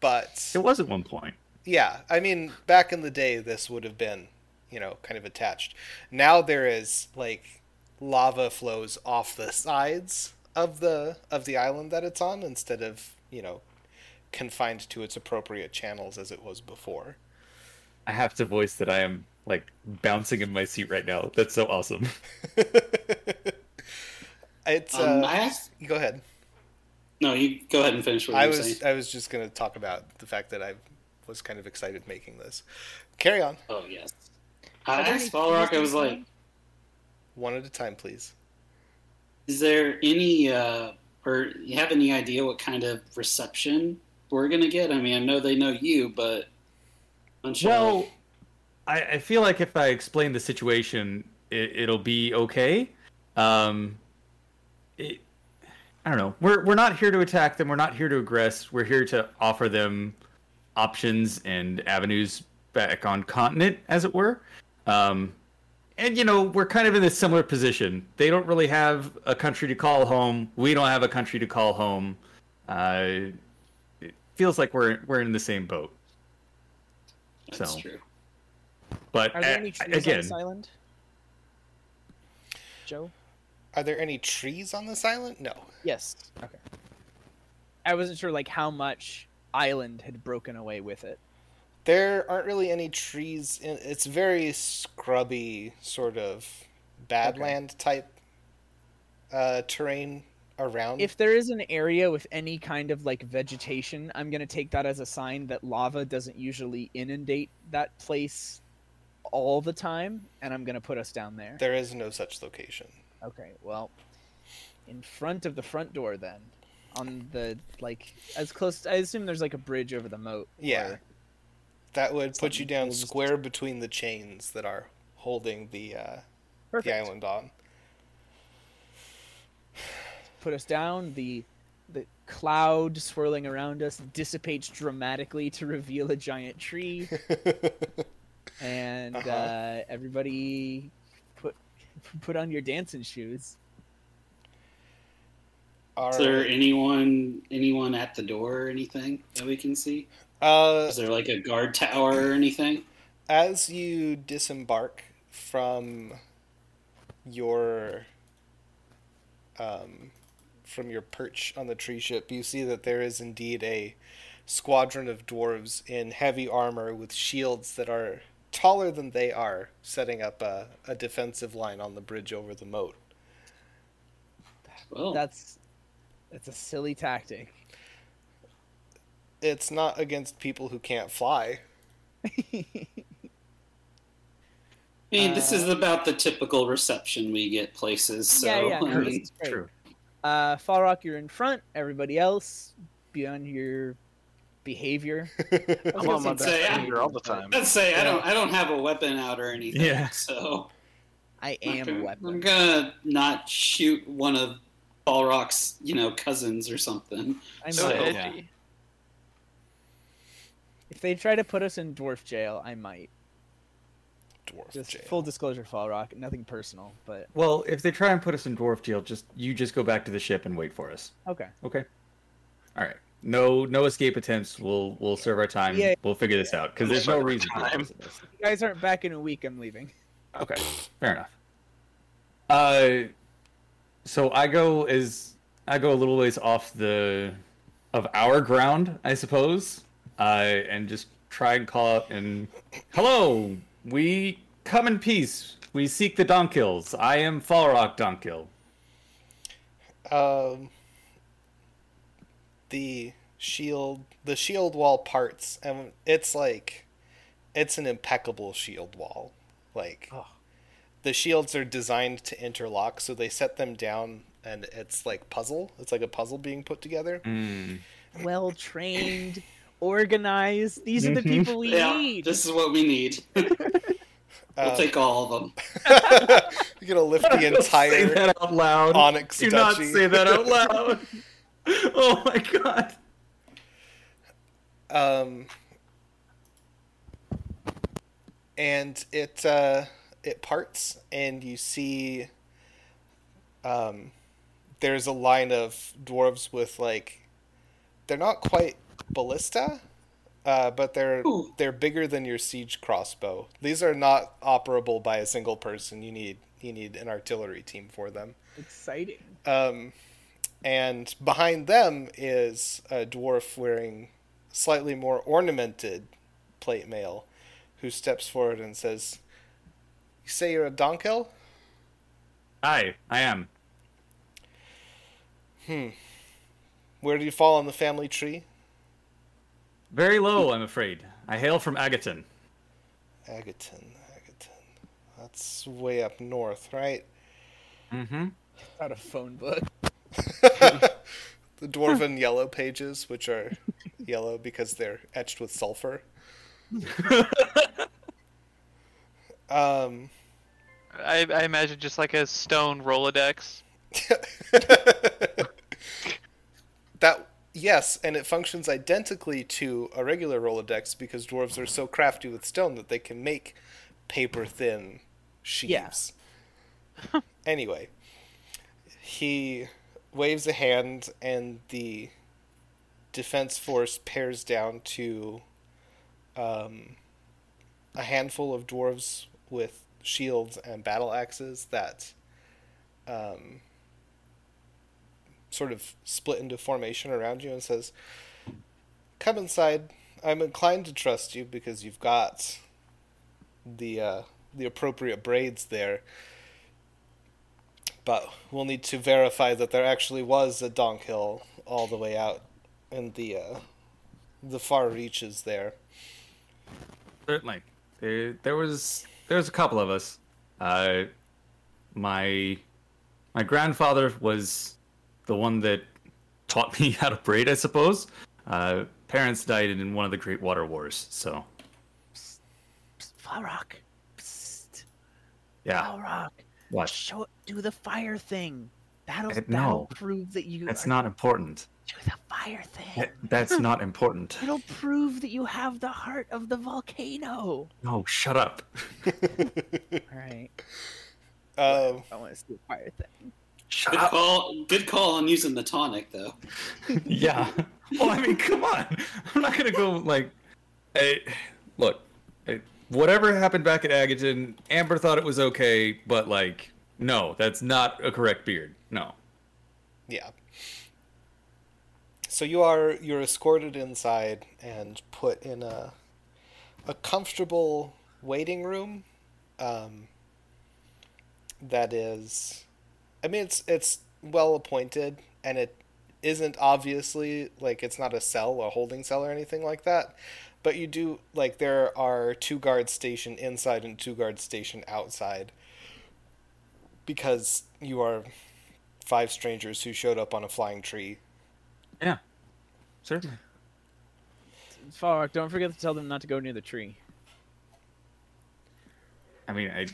S1: but
S4: It was at one point.
S1: yeah, I mean, back in the day, this would have been, you know, kind of attached. Now there is like lava flows off the sides of the of the island that it's on instead of you know confined to its appropriate channels as it was before.
S4: I have to voice that I am like bouncing in my seat right now. That's so awesome.
S1: It's
S5: Um,
S1: uh,
S5: I asked,
S1: go ahead.
S5: no, you go ahead and finish what
S1: I
S5: you were
S1: was
S5: saying.
S1: I was just gonna talk about the fact that I was kind of excited making this. Carry on,
S5: Oh yes.
S6: Are
S5: I
S6: there
S5: asked
S6: any
S5: Fall Rock.
S6: keys
S5: I
S6: in
S5: was
S6: the
S5: like,
S6: room?
S1: one at a time, please.
S5: "Is there any, uh, or you have any idea what kind of reception we're gonna get?" I mean, I know they know you, but bunch of-
S4: Well, I, I feel like if I explain the situation, it, it'll be okay. Um, it, I don't know. We're we're not here to attack them. We're not here to aggress. We're here to offer them options and avenues back on continent, as it were. Um, and you know, we're kind of in a similar position. They don't really have a country to call home. We don't have a country to call home. Uh, it feels like we're we're in the same boat.
S5: that's
S4: so.
S5: true.
S4: But
S6: Are there
S4: a-
S6: any trees
S4: again,
S6: on this island? Joe?
S1: Are there any trees on this island? No.
S6: Yes. Okay. I wasn't sure like how much island had broken away with it.
S1: There aren't really any trees. In, it's very scrubby, sort of badland type uh, terrain around.
S6: If there is an area with any kind of like vegetation, I'm going to take that as a sign that lava doesn't usually inundate that place all the time, and I'm gonna put us down there.
S1: There is no such location.
S6: Okay, well, in front of the front door then, on the like as close. I assume there's like a bridge over the moat.
S1: Yeah.
S6: or-
S1: That would put you
S6: Something-
S1: down
S6: we'll just-
S1: square between the chains that are holding the uh, the
S6: perfect.
S1: island on.
S6: Put us down. The the cloud swirling around us dissipates dramatically to reveal a giant tree, and uh
S1: Uh-huh.
S6: everybody put put on your dancing shoes.
S1: All
S5: Is there
S1: right.
S5: anyone anyone at the door or anything that we can see?
S1: Uh,
S5: Is there like a guard tower or anything?
S1: as you disembark from your um, from your perch on the tree ship, you see that there is indeed a squadron of dwarves in heavy armor with shields that are taller than they are, setting up a, a defensive line on the bridge over the moat.
S5: Well,
S6: That's that's a silly tactic.
S1: It's not against people who can't fly.
S5: I mean, this
S6: uh,
S5: is about the typical reception we get places. So
S6: Yeah, yeah,
S5: I
S6: no,
S5: mean,
S6: it's great. Uh, Fall Rock, you're in front. Everybody else, be on your behavior. I was
S3: I'm on my
S6: gonna
S3: back
S5: say, I-
S3: finger all the time.
S5: let's say I don't I don't have a weapon out or anything.
S4: Yeah.
S5: So
S6: I am a
S5: I'm
S6: weapon.
S5: gonna not shoot one of Balrock's, you know, cousins or something.
S6: I'm
S5: So-
S2: So
S6: a-
S5: yeah.
S2: edgy.
S6: if they try to put us in dwarf jail, I might.
S1: Dwarf
S6: Just
S1: jail.
S6: full disclosure, Fall Rock, nothing personal, but
S4: Well, if they try and put us in dwarf jail, just you just go back to the ship and wait for us.
S6: okay.
S4: Okay. All right. No, no escape attempts. We'll we'll serve our time.
S6: Yeah.
S4: We'll figure this out because there's no
S3: Serve our
S4: reason. for
S3: time.
S4: us to do this.
S6: If you guys aren't back in a week. I'm leaving.
S4: Okay, fair enough. Uh, so I go as I go a little ways off the of our ground, I suppose, uh, and just try and call out and hello. We come in peace. We seek the Donkills. I am Falrock Donkill.
S1: um, the shield the shield wall parts and it's like it's an impeccable shield wall like
S4: Oh.
S1: the shields are designed to interlock so they set them down and it's like puzzle it's like a puzzle being put together
S6: Well trained, organized. These are the
S4: Mhm.
S6: people we
S5: Yeah,
S6: need.
S5: this is what we need. we'll
S1: Uh,
S5: take all of them.
S1: you're gonna lift the
S4: Say
S1: entire
S4: that out loud.
S1: onyx
S4: Do not
S1: duchy.
S4: say that out loud. oh my god.
S1: Um, and it uh, it parts, and you see um, there's a line of dwarves with like they're not quite ballista, uh, but they're
S5: Ooh.
S1: they're bigger than your siege crossbow. These are not operable by a single person. You need you need an artillery team for them.
S6: Exciting.
S1: Um, and behind them is a dwarf wearing slightly more ornamented plate mail who steps forward and says, You say you're a Donkel?
S4: Hi, I am.
S1: Where do you fall on the family tree?
S4: Very low, I'm afraid. I hail from Agaton.
S1: Agaton, Agaton. That's way up north, right?
S4: Mm-hmm.
S6: Out of phone book.
S1: the dwarven yellow pages, which are yellow because they're etched with sulfur. um.
S2: I, I imagine just like a stone Rolodex.
S1: that yes, and it functions identically to a regular Rolodex because dwarves are so crafty with stone that they can make paper thin sheaves. anyway, he waves a hand and the defense force pairs down to um, a handful of dwarves with shields and battle axes that um, sort of split into formation around you and says, "Come inside. I'm inclined to trust you because you've got the uh, the appropriate braids there." But we'll need to verify that there actually was a donk hill all the way out in the uh, the far reaches there.
S4: Certainly. There, there was there's a couple of us. Uh, my my grandfather was the one that taught me how to braid, I suppose. Uh, parents died in one of the Great Water Wars, so
S6: Psst, Flower Rock. Psst,
S4: yeah.
S6: Flower Rock.
S4: Watch.
S6: Show do the fire thing. That'll,
S4: Uh,
S6: that'll
S4: no.
S6: prove that you
S4: That's
S6: are-
S4: not important.
S6: do the fire thing.
S4: That- That's not important.
S6: It'll prove that you have the heart of the volcano.
S4: No, shut up.
S6: All right.
S1: Um,
S6: I want to see the fire thing.
S4: Shut
S5: Good
S4: up.
S5: call. Good call on using the tonic, though.
S4: Yeah. Well, I mean, come on. I'm not gonna go like. I, look, I, whatever happened back at Agagen, Amber thought it was okay, but like, no, that's not a correct beard. No.
S1: yeah. So you are you're escorted inside and put in a a comfortable waiting room. Um, that is, I mean, it's it's well appointed and it isn't obviously like it's not a cell or holding cell or anything like that. But you do like there are two guards stationed inside and two guards stationed outside because you are five strangers who showed up on a flying tree.
S4: Yeah. Certainly.
S6: Flower Rock, don't forget to tell them not to go near the tree.
S4: I mean, I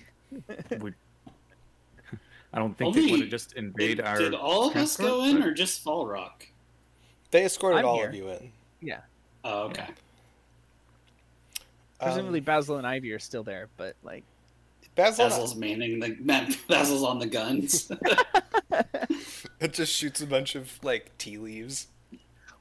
S4: would. I don't think
S5: Only-
S4: they would have just invade
S5: Did,
S4: our.
S5: did all of us
S4: transport,
S5: go in,
S4: but-
S5: or just Fall Rock?
S1: They escorted
S6: I'm
S1: all
S6: here.
S1: of you in.
S5: Oh, okay.
S1: Um,
S6: Presumably Basil and Ivy are still there, but like
S1: Basil,
S5: Basil's manning the man, Basil's on the guns.
S1: it just shoots a bunch of like tea leaves.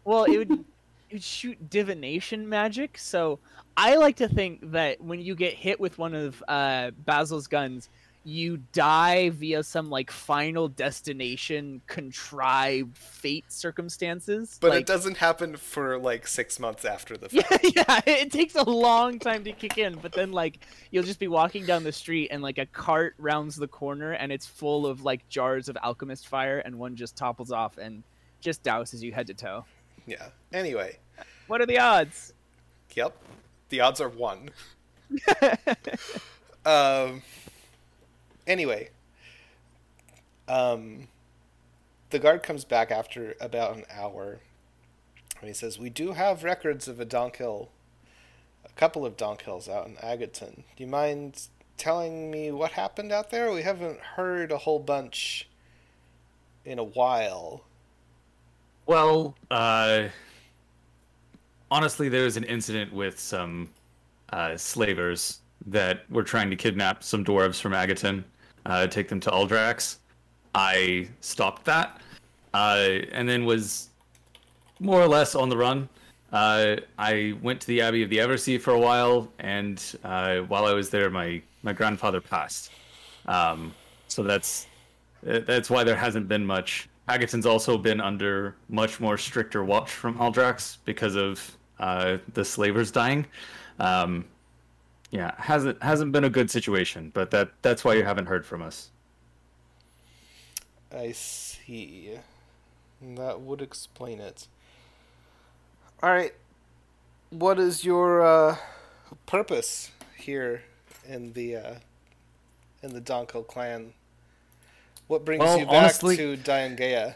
S6: Well, it would it would shoot divination magic. So I like to think that when you get hit with one of uh, Basil's guns, you die via some like final destination contrived fate circumstances.
S1: But
S6: like,
S1: it doesn't happen for like six months after the fact.
S6: Yeah, yeah, it takes a long time to kick in, but then like you'll just be walking down the street and like a cart rounds the corner and it's full of like jars of alchemist fire and one just topples off and just douses you head to toe.
S1: Yeah. Anyway,
S6: What are the odds?
S1: yep. The odds are one. um. Anyway. Um. The guard comes back after about an hour, and he says, "We do have records of a Donkhill, a couple of Donkhills out in Agaton. Do you mind telling me what happened out there? We haven't heard a whole bunch in a while."
S4: Well, uh, honestly, there was an incident with some uh, slavers that were trying to kidnap some dwarves from Agaton, uh, take them to Aldrax. I stopped that, uh, and then was more or less on the run. Uh, I went to the Abbey of the Eversea for a while, and uh, while I was there, my, my grandfather passed. Um, so that's uh, That's why there hasn't been much. Agaton's also been under much more stricter watch from Aldrax because of uh, the slavers dying. Um, yeah, hasn't hasn't been a good situation, but that that's why you haven't heard from us.
S1: I see. That would explain it. Alright. What is your uh, purpose here in the uh, in the Donko clan? What brings
S4: Well,
S1: you back
S4: honestly-
S1: to Diangea?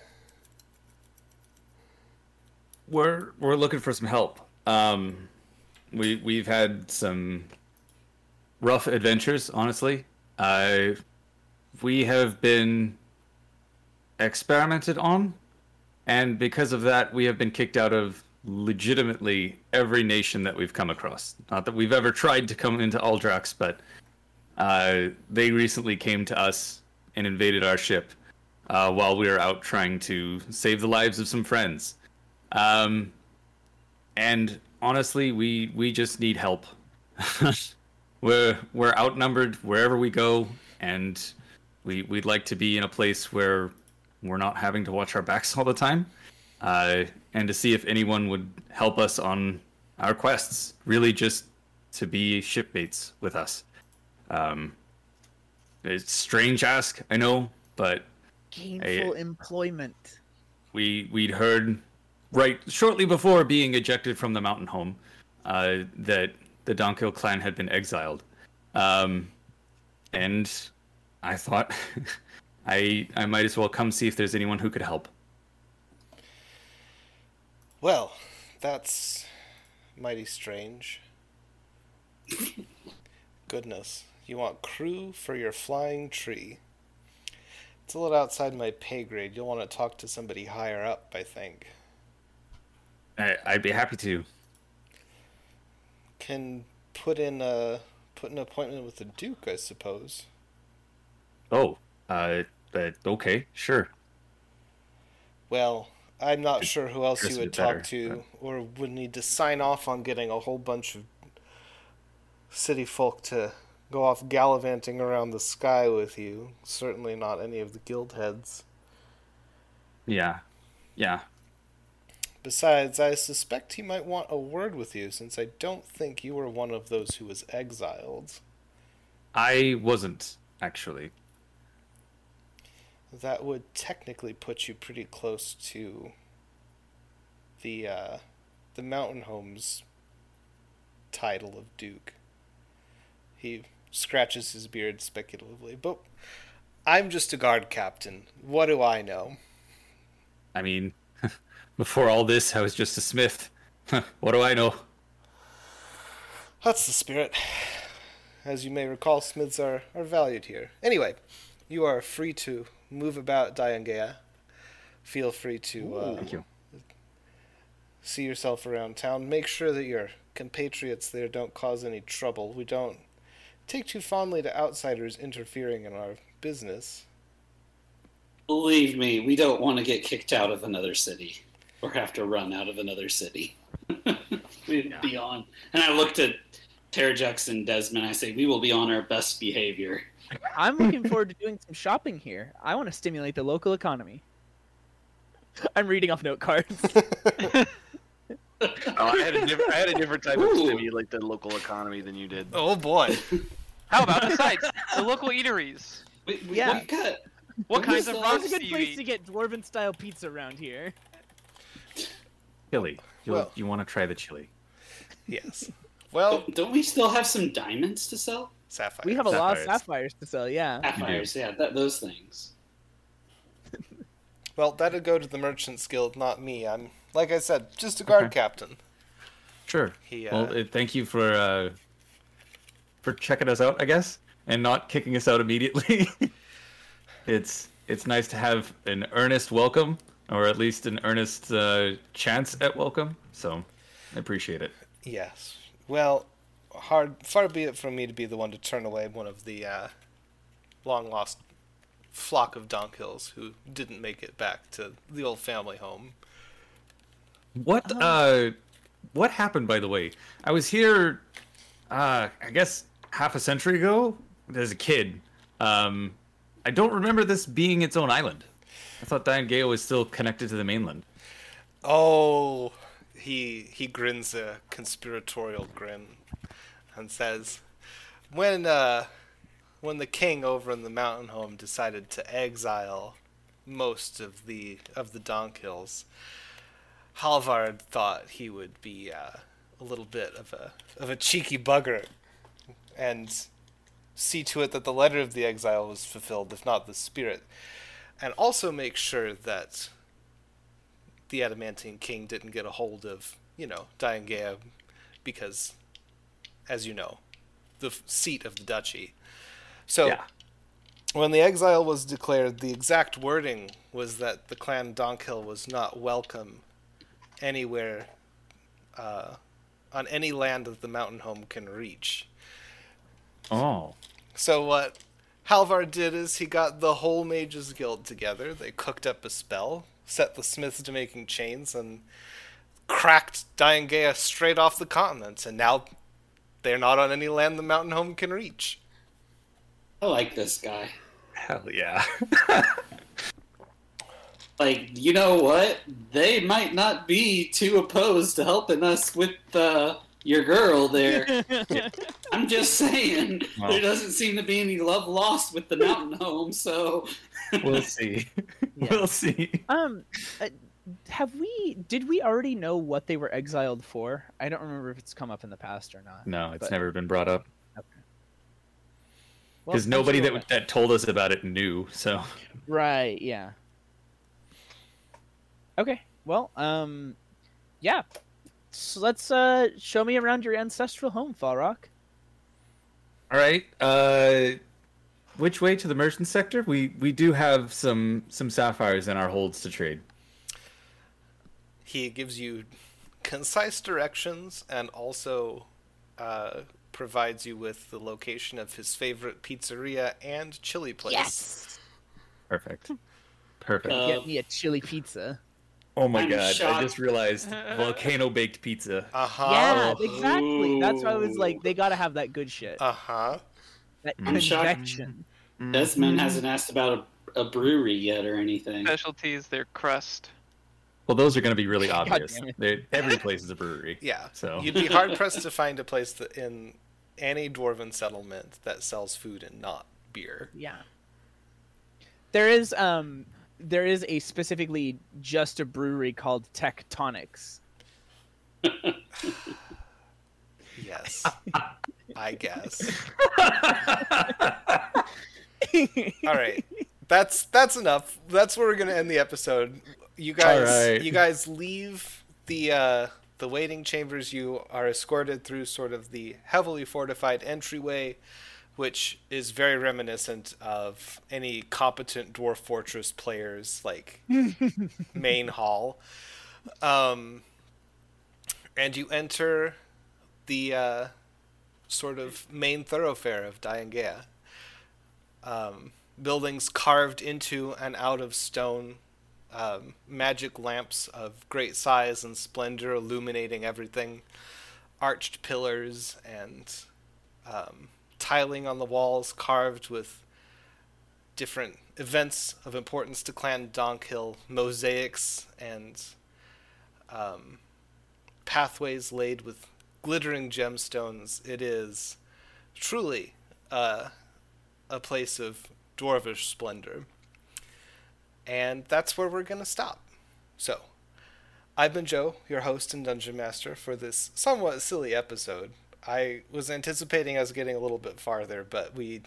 S4: We're we're looking for some help. Um, we we've had some rough adventures, honestly. Uh, we have been experimented on, and because of that, we have been kicked out of legitimately every nation that we've come across. Not that we've ever tried to come into Aldrax, but uh, they recently came to us and invaded our ship uh, while we were out trying to save the lives of some friends. Um, and honestly, we we just need help. we're we're outnumbered wherever we go, and we we'd like to be in a place where we're not having to watch our backs all the time, uh, and to see if anyone would help us on our quests. Really, just to be shipmates with us. Um, it's strange ask, I know, but
S6: gainful employment.
S4: we we'd heard right shortly before being ejected from the mountain home uh, that the Donkill clan had been exiled. Um, and I thought I I might as well come see if there's anyone who could help.
S1: Well, that's mighty strange. Goodness, you want crew for your flying tree. It's a little outside my pay grade. You'll want to talk to somebody higher up, I think.
S4: I, I'd be happy to.
S1: Can put in a put an appointment with the Duke, I suppose.
S4: Oh, uh, but okay, sure.
S1: Well, I'm not
S4: Could
S1: sure who else
S4: dress
S1: you
S4: a
S1: would
S4: bit
S1: talk
S4: better,
S1: to or would need to sign off on getting a whole bunch of city folk to go off gallivanting around the sky with you. Certainly not any of the guild heads.
S4: Yeah, yeah.
S1: Besides, I suspect he might want a word with you since I don't think you were one of those who was exiled.
S4: I wasn't actually.
S1: That would technically put you pretty close to the uh, the Mountain Homes title of Duke. He scratches his beard speculatively, but I'm just a guard captain. What do I know?
S4: I mean, before all this, I was just a smith. what do I know?
S1: That's the spirit. As you may recall, smiths are, are valued here. Anyway, you are free to move about Diangea. Feel free to uh,
S4: Thank you.
S1: see yourself around town. Make sure that your compatriots there don't cause any trouble. We don't take too fondly to outsiders interfering in our business.
S5: Believe me, we don't want to get kicked out of another city or have to run out of another city. We'd be on. And I looked at Terrajux and Desmond. I say, we will be on our best behavior.
S6: I'm looking forward to doing some shopping here. I want to stimulate the local economy. I'm reading off note cards.
S3: Oh, I had a different, I had a different type of
S5: Ooh.
S3: stimulate the local economy than you did.
S1: Oh boy.
S2: How about the sites? The local eateries.
S5: We, we,
S6: Yeah.
S5: We've got
S2: What
S5: Who's
S2: kinds of
S5: the-
S6: That's a
S2: rocks do
S6: good
S2: you
S6: place
S2: eat?
S6: to get dwarven style pizza around here.
S4: Chili. You
S1: Well-
S4: you want to try the chili?
S1: Yes. Well,
S5: Don't- Don't we still have some diamonds to sell?
S1: sapphire.
S6: We have a lot of
S4: Sapphires.
S6: sapphires to sell, yeah.
S5: Sapphires, yeah, that, those things.
S1: Well, that'd go to the merchants guild, not me. I'm like I said, just a guard captain.
S4: Sure.
S1: He, uh,
S4: Well, uh, thank you for uh, for checking us out, I guess, and not kicking us out immediately. it's it's nice to have an earnest welcome, or at least an earnest uh, chance at welcome. So, I appreciate it.
S1: Yes. Well, hard far be it from me to be the one to turn away one of the uh, long lost flock of Donkhills who didn't make it back to the old family home.
S4: What uh, what happened, by the way? I was here, uh, I guess half a century ago as a kid. Um, I don't remember this being its own island. I thought Diane Gale was still connected to the mainland.
S1: Oh, he he grins a conspiratorial grin and says, "When uh, when the king over in the mountain home decided to exile most of the of the Donkhills, Halvard thought he would be uh, a little bit of a of a cheeky bugger, and." See to it that the letter of the exile was fulfilled, if not the spirit, and also make sure that the adamantine king didn't get a hold of you know Diangea because as you know the f- seat of the duchy so
S4: Yeah.
S1: when the exile was declared the exact wording was that the clan donkhill was not welcome anywhere uh, on any land that the mountain home can reach
S4: Oh.
S1: so what Halvar did is he got the whole Mages Guild together. They cooked up a spell, set the smiths to making chains, and cracked Diangea straight off the continent. And now they're not on any land the Mountain Home can reach.
S5: I like this guy.
S4: Hell yeah.
S5: Like, you know what? They might not be too opposed to helping us with uh, your girl there. I'm just saying,
S4: Well.
S5: there doesn't seem to be any love lost with the mountain home, so
S4: we'll see.
S6: Yeah.
S4: We'll see.
S6: Um, uh, have we? Did we already know what they were exiled for? I don't remember if it's come up in the past or not.
S4: No, it's
S6: But-
S4: never been brought up.
S6: Well,
S7: because nobody
S6: Angela
S7: that that told us about it knew. So
S6: went. Right. Yeah. Okay. Well. Um. Yeah. So let's uh show me around your ancestral home, Falrock.
S7: All right. Uh, which way to the merchant sector? We we do have some some sapphires in our holds to trade.
S1: He gives you concise directions and also uh, provides you with the location of his favorite pizzeria and chili place.
S7: Perfect. Perfect.
S5: Uh,
S1: Um,
S6: Get me a chili pizza.
S7: oh my
S5: I'm
S7: god! I
S5: shocked.
S7: just realized volcano baked pizza.
S1: Uh
S6: Yeah,
S1: huh.
S6: exactly. That's why I was like, they gotta have that good shit.
S1: Uh huh.
S6: that
S5: I'm shocked.
S6: convection.
S5: Desmond hasn't asked about a, a brewery yet or anything.
S2: Specialties, their crust.
S7: Well, those are going to be really
S6: God
S7: obvious.
S6: damn it.
S7: They're- Every place is a brewery.
S1: Yeah.
S7: So
S1: You'd be hard pressed to find a place that in any dwarven settlement that sells food and not beer.
S6: Yeah. There is um there is a specifically just a brewery called Tectonics.
S1: Yes. I guess. All right. That's that's enough. That's where we're gonna end the episode. You guys,
S7: right.
S1: you guys leave the uh, the waiting chambers. You are escorted through sort of the heavily fortified entryway, which is very reminiscent of any competent dwarf fortress players like main hall. Um, and you enter the uh, sort of main thoroughfare of Diangea um, buildings carved into and out of stone, um, magic lamps of great size and splendor illuminating everything, arched pillars and um, tiling on the walls carved with different events of importance to Clan Donkhill, mosaics and um, pathways laid with glittering gemstones. It is truly. Uh, a place of dwarvish splendor. And that's where we're going to stop. So, I've been Joe, your host and dungeon master, for this somewhat silly episode. I was anticipating us getting a little bit farther, but we.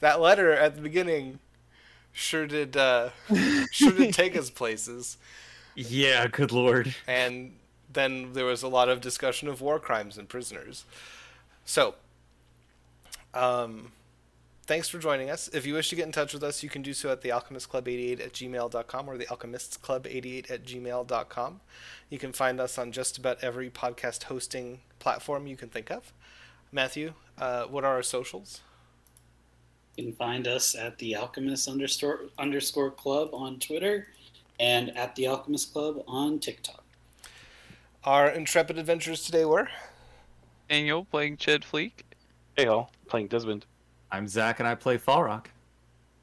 S1: That letter at the beginning sure did, uh, sure did take us places.
S7: yeah, good lord.
S1: And then there was a lot of discussion of war crimes and prisoners. So, um, thanks for joining us. If you wish to get in touch with us, you can do so at thealchemistclub88 at gmail.com or thealchemistsclub88 at gmail.com. You can find us on just about every podcast hosting platform you can think of. Matthew, uh, what are our socials?
S5: You can find us at the Alchemist underscore underscore club on Twitter and at the Alchemist Club on TikTok.
S1: Our intrepid adventures today were.
S2: Daniel playing Ched Fleek.
S3: Hey, all playing Desmond.
S7: I'm Zach, and I play Fall Rock.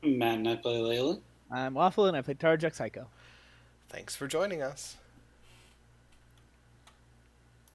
S5: Matt and I play Layla.
S6: I'm Waffle and I play Tarjak Psycho.
S1: Thanks for joining us.